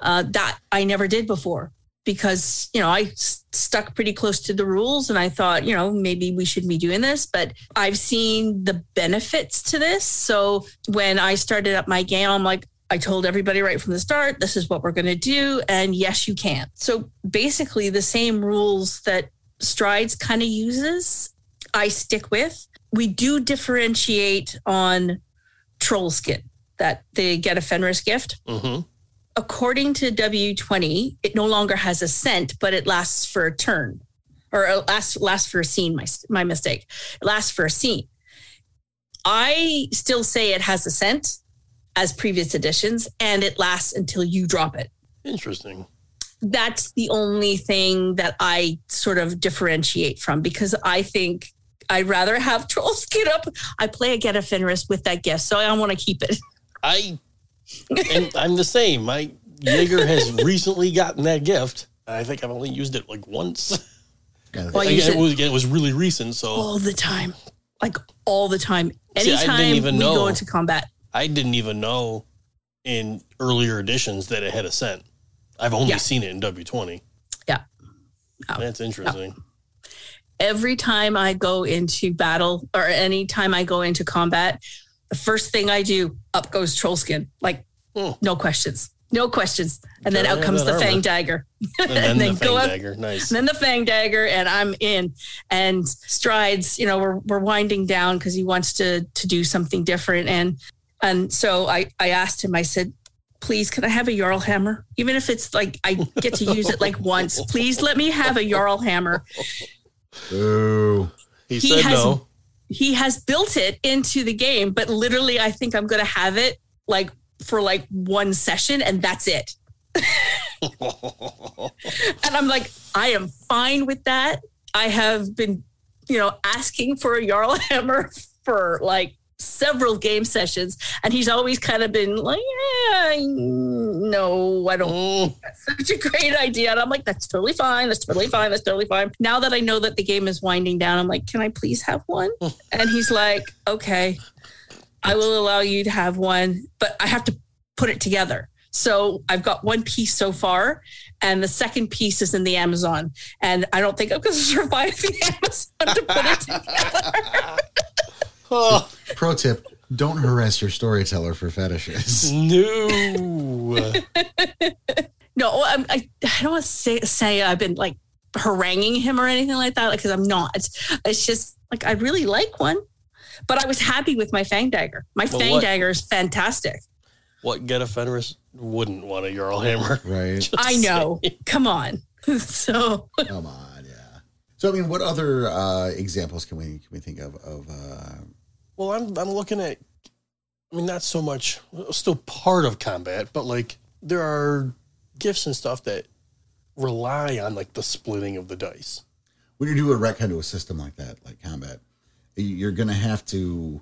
C: Uh, that I never did before because you know I s- stuck pretty close to the rules, and I thought you know maybe we shouldn't be doing this, but I've seen the benefits to this. So when I started up my game, I'm like. I told everybody right from the start, this is what we're going to do. And yes, you can. So basically, the same rules that Strides kind of uses, I stick with we do differentiate on troll skin that they get a Fenris gift.
B: Mm-hmm.
C: According to W20, it no longer has a scent, but it lasts for a turn or it lasts, lasts for a scene. My, my mistake. It lasts for a scene. I still say it has a scent as previous editions and it lasts until you drop it
B: Interesting.
C: that's the only thing that I sort of differentiate from because I think I'd rather have trolls get up. I play a get a Fenris with that gift, so I want to keep it.
B: I and I'm the same. My Jaeger has recently gotten that gift. I think I've only used it like once.
A: Kinda
C: Well,
A: thing.
C: you
B: Again,
C: said- Oh,
B: it, was, it was really recent, so
C: all the time, like all the time.
B: See, I didn't
C: Anytime
B: even
C: we
B: know.
C: go into combat,
B: I didn't even know in earlier editions that it had a scent. I've only
C: Yeah.
B: seen it in W20.
C: Yeah. Oh.
B: That's interesting.
C: every time I go into battle or any time I go into combat, the first thing I do up goes troll skin, like
B: Hmm.
C: no questions, no questions, and then
B: Gotta
C: out
B: have
C: comes
B: that
C: the fang
B: armor.
C: dagger,
B: Hmm. And then,
C: And then
B: the
C: go
B: Fang
C: up-
B: Dagger. Nice.
C: And then the fang dagger, and I'm in. And strides, you know, we're, we're winding down because he wants to to do something different. And and so I I asked him. I said, please, can I have a yarl hammer? Even if it's like I get to use it like once, please let me have a yarl hammer.
A: Ooh.
B: He,
C: he
B: said
C: has-
B: no.
C: He has built it into the game, but literally, I think I'm gonna have it like for like one session, and that's it. And I'm like, I am fine with that. I have been, you know, asking for a Jarl Hammer for like several game sessions. And he's always kind of been like, yeah, I- no, I don't.
B: Mm,
C: That's such a great idea. And I'm like, that's totally fine. That's totally fine. That's totally fine. Now that I know that the game is winding down, I'm like, can I please have one? And he's like, okay, I will allow you to have one, but I have to put it together. So I've got one piece so far, and the second piece is in the Amazon. And I don't think I'm going to survive the Amazon to put it together.
B: oh,
A: Pro tip don't harass your storyteller for fetishes.
B: no.
C: No, I'm, I, I don't want to say, say I've been like haranguing him or anything like that, because I'm not. It's just like I really like one, but I was happy with my Fang Dagger. My
B: Well,
C: Fang
B: what-
C: Dagger is fantastic.
B: what get a Fenris wouldn't want a Jarl hammer?
A: Right.
C: I know. Come on. so
A: Come on, yeah. So I mean, what other uh, examples can we can we think of of uh,
B: Well, I'm I'm looking at. I mean, not so much. Still part of combat, but like there are gifts and stuff that rely on like the splitting of the dice.
A: when you do a retcon to a system like that, like combat, you're gonna have to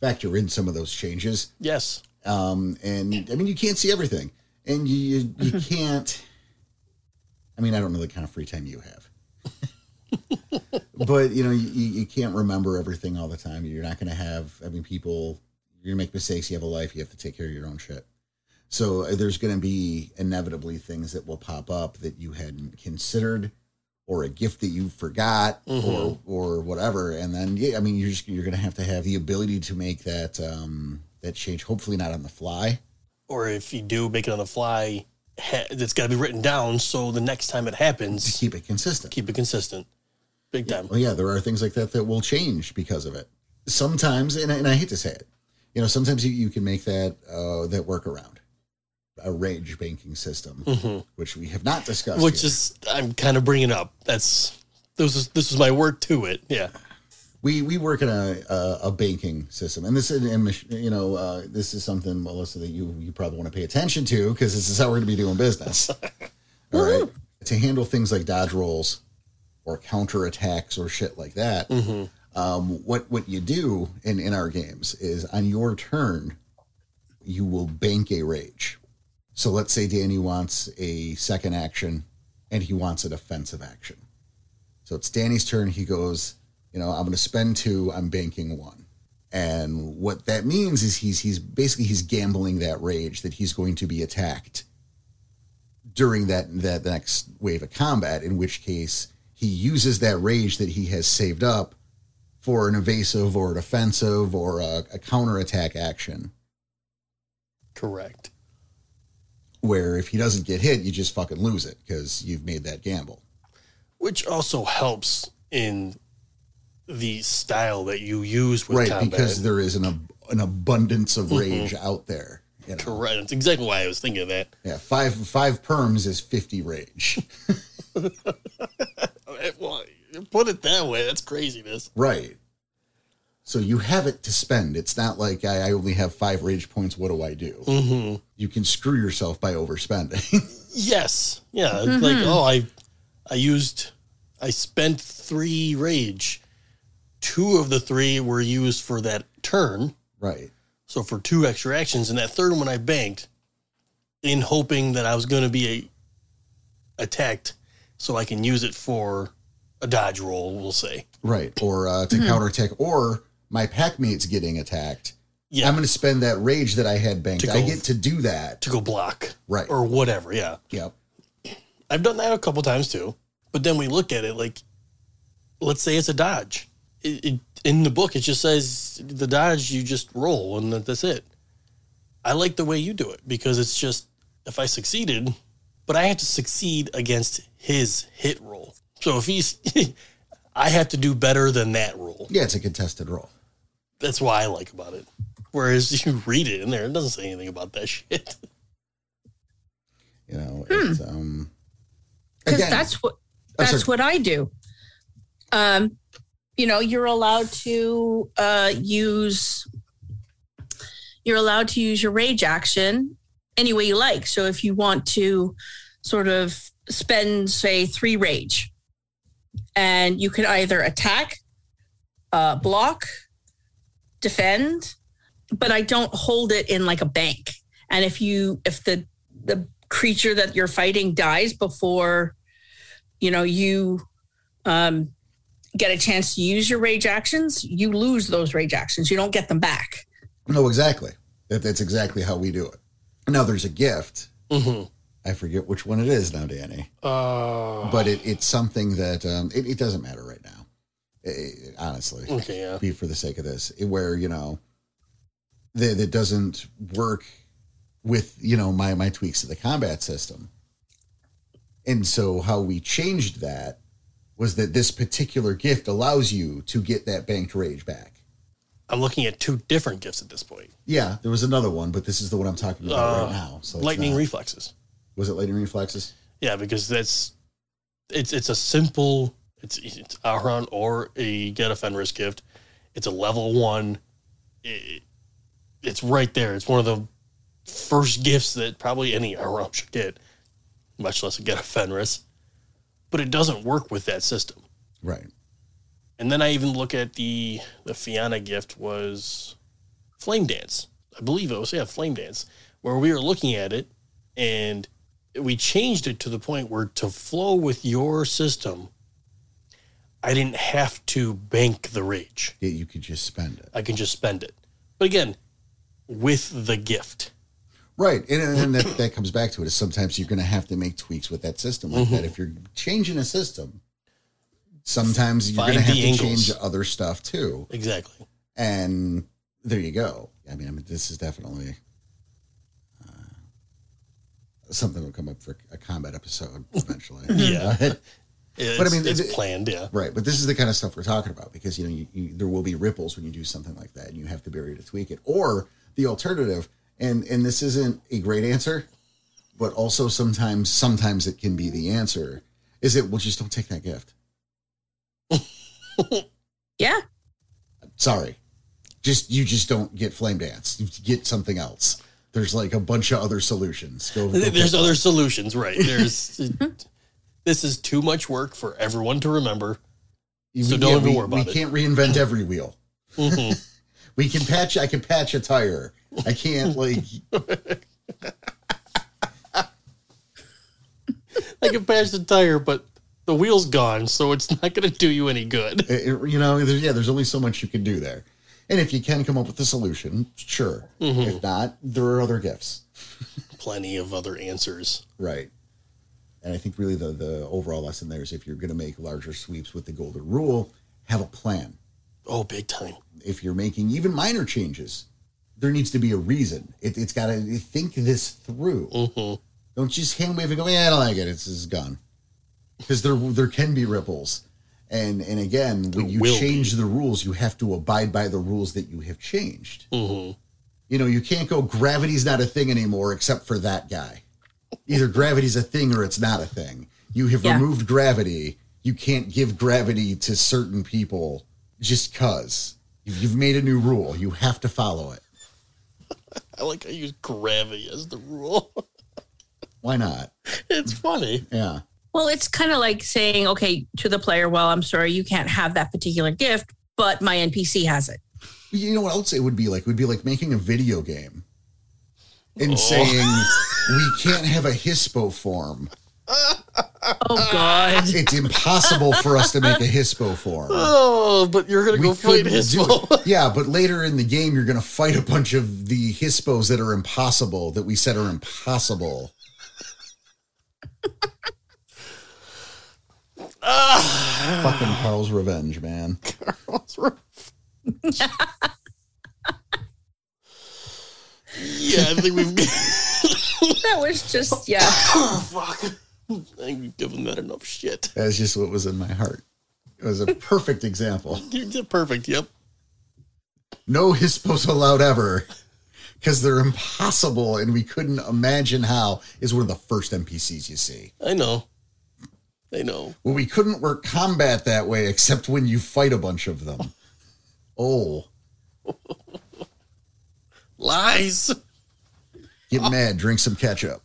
A: factor in some of those changes.
B: Yes.
A: Um, and I mean, you can't see everything, and you you, you can't. I mean, I don't know the kind of free time you have, but you know, you, you you can't remember everything all the time. You're not gonna have. I mean, people. You're gonna make mistakes. You have a life. You have to take care of your own shit. So uh, there's gonna be inevitably things that will pop up that you hadn't considered, or a gift that you forgot, or
B: Mhm.
A: or whatever. And then yeah, I mean, you're just, you're gonna have to have the ability to make that um, that change. Hopefully not on the fly.
B: Or if you do make it on the fly, ha- it's got to be written down so the next time it
A: to
B: happens,
A: keep it consistent.
B: keep it consistent. Big time.
A: Well, yeah, there are things like that that will change because of it. Sometimes, and I, and I hate to say it, you know, sometimes you, you can make that uh, that workaround, a rage banking system,
B: Mhm.
A: which we have not discussed.
B: Which
A: yet.
B: is I'm kind of bringing up. That's this is this is my work to it. Yeah.
A: we we work in a a, a banking system, and this is and, Mich- you know uh, this is something Melissa that you you probably want to pay attention to because this is how we're going to be doing business. All right, to handle things like dodge rolls, or counterattacks or shit like that.
B: hmm
A: Um, what what you do in in our games is on your turn, you will bank a rage. So let's say Danny wants a second action, and he wants a defensive action. So it's Danny's turn. He goes, you know, I'm going to spend two. I'm banking one. And what that means is he's he's basically he's gambling that rage that he's going to be attacked during that that next wave of combat. In which case, he uses that rage that he has saved up for an evasive or an offensive or a, a counterattack action.
B: Correct.
A: Where if he doesn't get hit, you just fucking lose it because you've made that gamble.
B: Which also helps in the style that you use with
A: right
B: combat. Mm-hmm.
A: because there is an ab- an abundance of rage out there. You know?
B: Correct. That's exactly why I was thinking of that.
A: Yeah, five five perms is fifty rage.
B: Uh, Well, put it that way. That's craziness.
A: right. So you have it to spend. It's not like I, I only have five rage points. What do I do?
B: Mm-hmm.
A: You can screw yourself by overspending.
B: Yes. Yeah. It's Like, oh, I, I used, I spent three rage. Two of the three were used for that turn.
A: right.
B: So for two extra actions, and that third one I banked, in hoping that I was going to be a, attacked, so I can use it for a dodge roll. We'll say.
A: Right. Or uh,
B: Mm-hmm.
A: to counterattack, or my pack mate's getting attacked.
B: Yeah.
A: I'm going to spend that rage that I had banked.
B: To
A: I
B: go-
A: get to do that.
B: to go block
A: Right.
B: or whatever. Yeah.
A: Yep.
B: I've done that a couple times too. But then we look at it like, let's say it's a dodge. It, it, in the book, it just says the dodge, you just roll and that- that's it. I like the way you do it because it's just if I succeeded, but I have to succeed against his hit roll. So if he's, I have to do better than that roll.
A: Yeah, it's a contested roll.
B: That's what I like about it. Whereas you read it in there, it doesn't say anything about that shit.
A: You know,
B: Hmm.
A: it's, um,
C: because
A: again-
C: that's what
A: I'm
C: that's
A: sorry.
C: what I do. Um, you know, you're allowed to uh, use you're allowed to use your rage action any way you like. So if you want to sort of spend, say, three rage, and you can either attack, uh, block, defend, but I don't hold it in like a bank. And if you if the the creature that you're fighting dies before you know you um, get a chance to use your rage actions you lose those rage actions you don't get them back
A: No, exactly. That, that's exactly how we do it. Now there's a gift.
B: Mm-hmm.
A: I forget which one it is now, Danny.
B: Uh,
A: But it, it's something that um, it, it doesn't matter right now. Eh, honestly,
B: okay, yeah.
A: be for the sake of this, eh, where you know that that doesn't work with you know my my tweaks to the combat system. And so how we changed that was that this particular gift allows you to get that banked rage back.
B: I'm looking at two different gifts at this point.
A: Yeah, there was another one, but this is the one I'm talking about
B: Uh,
A: right now. So it's
B: lightning
A: not-
B: reflexes.
A: Was it lightning reflexes?
B: Yeah, because that's it's it's a simple it's it's Aron or a get a Fenris gift. It's a level one. It, it's right there. It's one of the first gifts that probably any Aron should get, much less a get a Fenris. But it doesn't work with that system.
A: Right.
B: And then I even look at the the Fianna gift was Flame Dance. I believe it was yeah, Flame Dance, where we were looking at it and we changed it to the point where to flow with your system, I didn't have to bank the rage.
A: Yeah, you could just spend it.
B: I can just spend it. But again, with the gift.
A: Right. And, and and that, that comes back to it is sometimes you're going to have to make tweaks with that system like
B: Mm-hmm.
A: that. If you're changing a system, sometimes you're going to
B: Find
A: have
B: the
A: to
B: angles.
A: change other stuff too.
B: Exactly.
A: And there you go. I mean, I mean this is definitely uh, something that'll come up for a combat episode eventually.
B: Yeah.
A: But-
B: It's,
A: I mean,
B: it's
A: it-
B: planned, yeah.
A: Right, but this is the kind of stuff we're talking about because you know you, you, there will be ripples when you do something like that, and you have to be ready to tweak it. Or the alternative, and and this isn't a great answer, but also sometimes sometimes it can be the answer. Is it? Well, just don't take that gift.
C: yeah
A: Sorry, just you just don't get flame dance. You get something else. There's like a bunch of other solutions. Go, go
B: There's
A: pick-
B: other solutions, right? There's This is too much work for everyone to remember. So
A: we,
B: don't even
A: we,
B: worry
A: we
B: about it.
A: can't reinvent every wheel.
B: Mhm.
A: We can patch. I can patch a tire. I can't like.
B: I can patch the tire, but the wheel's gone, so it's not going to do you any good.
A: it- it- you know, there's, yeah, there's only so much you can do there. And if you can come up with a solution, sure. If not, there are other gifts,
B: Plenty of other answers.
A: right? And I think really the the overall lesson there is if you're going to make larger sweeps with the golden rule, have a plan.
B: Oh, big time.
A: If you're making even minor changes, there needs to be a reason. It, it's got to think this through.
B: Mhm.
A: Don't just hand wave and go, yeah, I don't like it. It's, it's gone. Because there there can be ripples. And and again, when you
B: will
A: change the rules, you have to abide by the rules that you have changed.
B: Mhm.
A: You know, you can't go gravity's not a thing anymore except for that guy. Either gravity's a thing or it's not a thing. You have
C: Yeah.
A: removed gravity. You can't give gravity to certain people just cuz. You've you've made a new rule. You have to follow it.
B: I like I use gravity as the rule.
A: Why not?
B: it's funny.
A: Yeah.
C: Well, it's kind of like saying, okay, to the player, well, I'm sorry, you can't have that particular gift, but my NPC has it.
A: You know what else it would be like? It would be like making a video game and
B: Oh.
A: saying we can't have a hispo form.
C: Oh, God.
A: It's impossible for us to make a hispo form.
B: Oh, but you're going to go fight
A: couldn't
B: his
A: do it.
B: ball.
A: Yeah, but later in the game, you're going to fight a bunch of the hispos that are impossible that we said are impossible. Fucking Carl's revenge, man.
B: yeah, I think we've.
C: That was just, yeah.
B: oh, fuck. I think we've given that enough shit.
A: That's just what was in my heart. It was a perfect example.
B: You did perfect. Yep.
A: no hispos allowed ever because they're impossible and we couldn't imagine how is one of the first npcs you see
B: I know. I know.
A: well we couldn't work combat that way except when you fight a bunch of them oh
B: Lies.
A: get
B: Ah.
A: mad drink some ketchup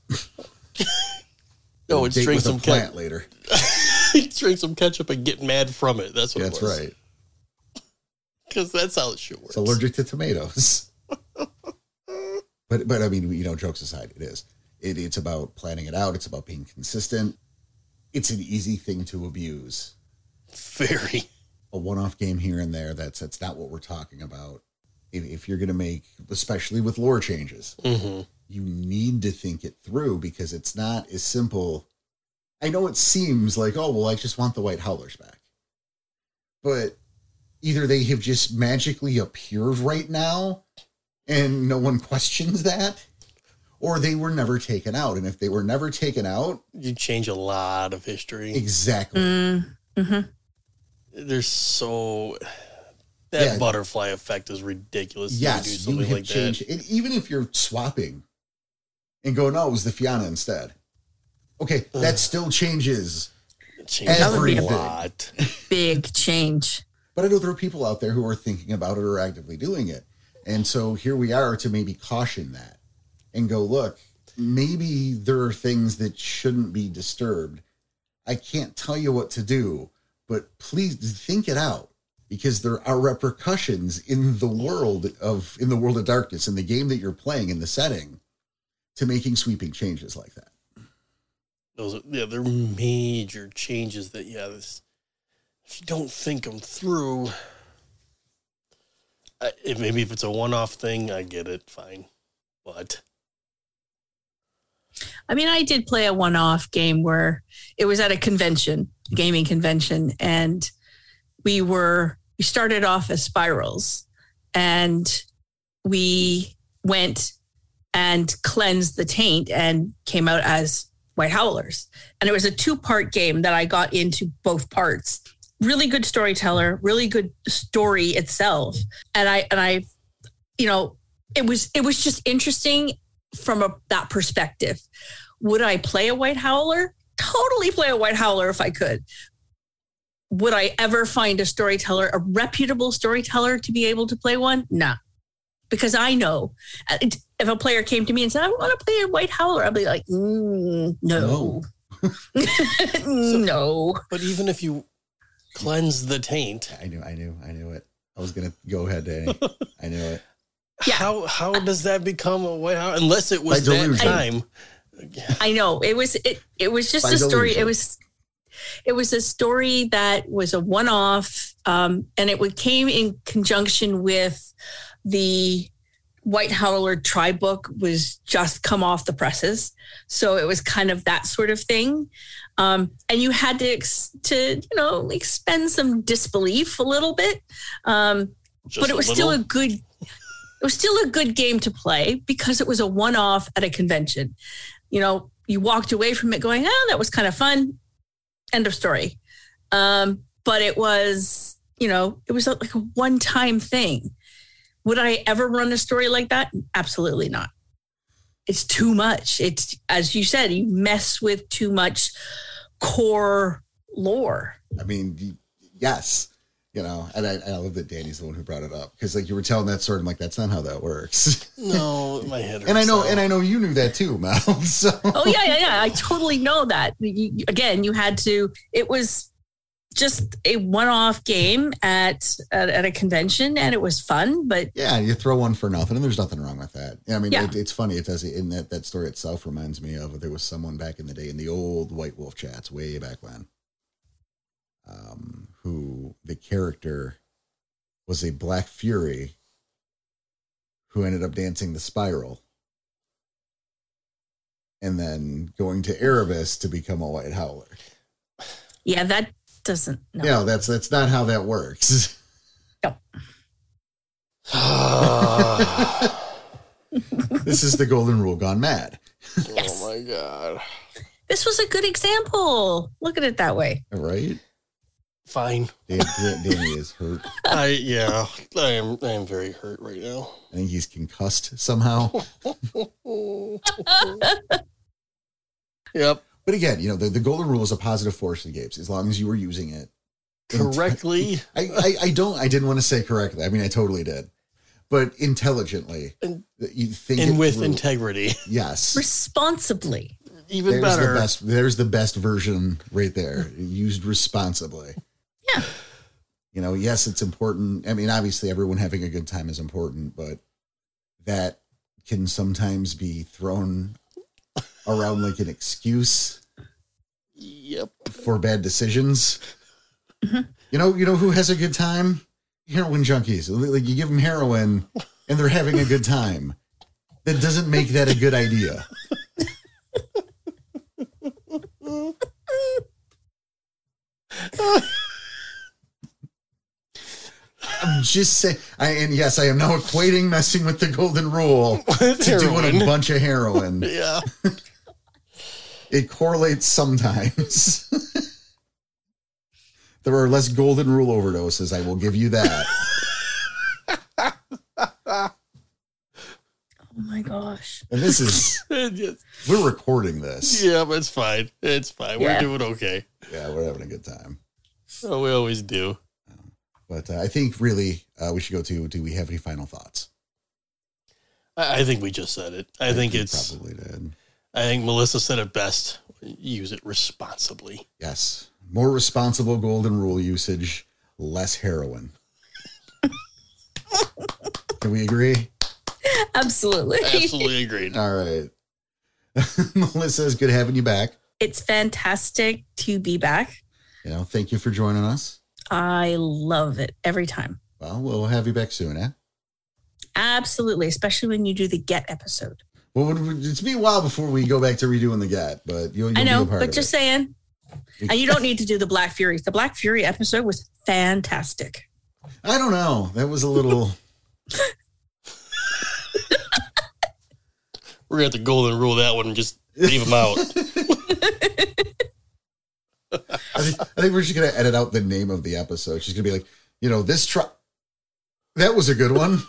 B: No, it's
A: Date
B: drink
A: with a
B: some
A: plant
B: ketchup.
A: later
B: drink some ketchup and get mad from it. That's what
A: that's
B: it was.
A: right
B: Because that's how it should work.
A: it's allergic to tomatoes but but i mean you know jokes aside it is it, it's about planning it out it's about being consistent it's an easy thing to abuse
B: Very.
A: a one-off game here and there. That's that's not what we're talking about. If, if you're going to make, especially with lore changes,
B: hmm
A: you need to think it through because it's not as simple. I know it seems like, oh well, I just want the white howlers back, but either they have just magically appeared right now, and no one questions that, or they were never taken out. And if they were never taken out,
B: You change a lot of history.
A: exactly.
C: Mm, mhm.
B: There's so. That
A: Yeah.
B: butterfly effect is ridiculous. You do
A: Yes, you
B: something
A: have
B: like
A: changed. And even if you're swapping and go, no, it was the Fiana instead. Okay, that still changes.
B: that. Change a
A: Everything.
B: lot.
C: Big change.
A: But I know there are people out there who are thinking about it or actively doing it. And so here we are to maybe caution that and go, look, maybe there are things that shouldn't be disturbed. I can't tell you what to do, but please think it out because there are repercussions in the world of in the world of darkness in the game that you're playing in the setting to making sweeping changes like that.
B: Those are, yeah, they're major changes that yeah, this, if you don't think them through, I, it, maybe if it's a one-off thing, I get it, fine. But
C: I mean, I did play a one off game where it was at a convention, a gaming convention, and we were, we started off as spirals and we went and cleansed the taint and came out as white howlers. And it was a two part game that I got into both parts. Really good storyteller, really good story itself. And I, and I, you know, it was, it was just interesting from a, that perspective. Would I play a white howler? Totally play a white howler if I could. Would I ever find a storyteller, a reputable storyteller, to be able to play one? Nah. Because I know uh, it- if a player came to me and said, I want to play a white howler, I'd be like, mm, no.
A: No.
C: no.
B: But even if you cleanse the taint,
A: I knew, I knew, I knew it. I was gonna go ahead, Danny. I knew it.
C: Yeah.
B: how how does that become a white house? Unless it was
A: By
B: that
A: delusion.
B: time.
C: I know it was it it was just
A: By
C: a story.
A: delusion.
C: It was it was a story that was a one off, um, and it would came in conjunction with the White Howler tribe book was just come off the presses, so it was kind of that sort of thing. Um, and you had to ex- to you know expend some disbelief a little bit, um,
B: Just
C: but it was still a good it was still a good game to play because it was a one off at a convention you know you walked away from it going oh that was kind of fun end of story um, but it was you know it was like a one time thing would i ever run a story like that absolutely not it's too much it's as you said you mess with too much core lore
A: I mean, y- yes, you know, and I, and I love that Danny's the one who brought it up because like you were telling that story, I'm like, that's not how that works.
B: no, my head.
A: and I know, and I know you knew that too, Mel. So
C: oh yeah yeah yeah i totally know that You- you- again you had to it was just a one-off game at, at at a convention and it was fun but
A: yeah, you throw one for nothing, and there's nothing wrong with that. I mean,
C: Yeah.
A: it, it's funny. It does in that that story itself reminds me of there was someone back in the day in the old White Wolf chats way back when, um, who the character was a Black Fury who ended up dancing the spiral. And then going to Erebus to become a white howler.
C: yeah that doesn't no.
A: No, that's that's not how that works.
B: oh
A: this is the golden rule gone mad.
C: Yes.
B: my god.
C: this was a good example look at it that way
A: Right?
B: Fine.
A: Dan, Dan- Danny is hurt.
B: I yeah. I am. I am very hurt right now.
A: I think he's concussed somehow.
B: yep.
A: But again, you know, the, the golden rule is a positive force in games as long as you were using it.
B: Correctly.
A: I, I, I don't, I didn't want to say correctly. I mean, I totally did, but intelligently.
B: And-
A: That you think
B: And
A: it
B: with
A: through.
B: integrity,
A: Yes.
C: responsibly
B: even
A: There's
B: better.
A: the best, there's the best version right there, used responsibly.
C: Yeah.
A: You know, yes, it's important. I mean, obviously, everyone having a good time is important, but that can sometimes be thrown around like an excuse.
B: Yep.
A: for bad decisions. You know, you know who has a good time? Heroin junkies. Like you give them heroin and they're having a good time. That doesn't make that a good idea. I'm just saying, I, and yes, I am now equating messing with the golden rule to doing a
B: Heroin.
A: bunch of heroin.
B: Yeah.
A: it correlates sometimes. there are less golden rule overdoses. I will give you that.
C: oh my gosh
A: And this is we're recording this.
B: Yeah, but it's fine. It's fine. We're
C: Yeah.
B: doing okay.
A: Yeah, we're having a good time.
B: Oh, we always do.
A: But uh, I think really uh, we should go to. Do we have any final thoughts?
B: I, I think we just said it. I think
A: we
B: it's.
A: probably did.
B: I think Melissa said it best. Use it responsibly.
A: Yes, more responsible golden rule usage, less heroin. Can we agree?
C: absolutely
B: Absolutely agreed.
A: All right. Melissa, it's good having you back.
C: it's fantastic to be back
A: You know, thank you for joining us.
C: i love it every time
A: Well, we'll have you back soon, eh?
C: absolutely especially when you do the get episode
A: Well, would- would- it's be a while before we go back to redoing the gut, but you'll, you'll
C: i know
A: be a part
C: but
A: of
C: just
A: it.
C: saying and you don't need to do the black fury the black fury episode was fantastic
A: I don't know. That was a little.
B: We're gonna have to golden rule that one and just leave them out.
A: I think, I think we're just gonna edit out the name of the episode. She's gonna be like, you know, this try. That was a good one.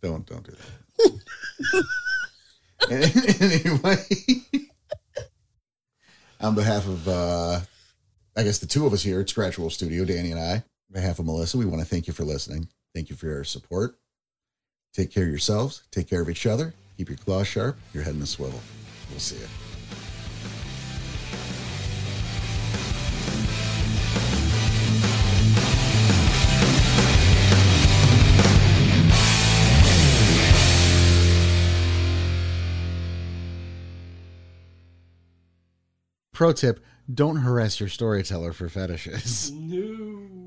A: don't don't do that. anyway, on behalf of, uh, I guess the two of us here at Scratchable Studio, Danny and I, on behalf of Melissa, we want to thank you for listening. Thank you for your support. Take care of yourselves. Take care of each other. Keep your claws sharp, your head in a swivel. We'll see you. Pro tip don't harass your storyteller for fetishes.
B: No.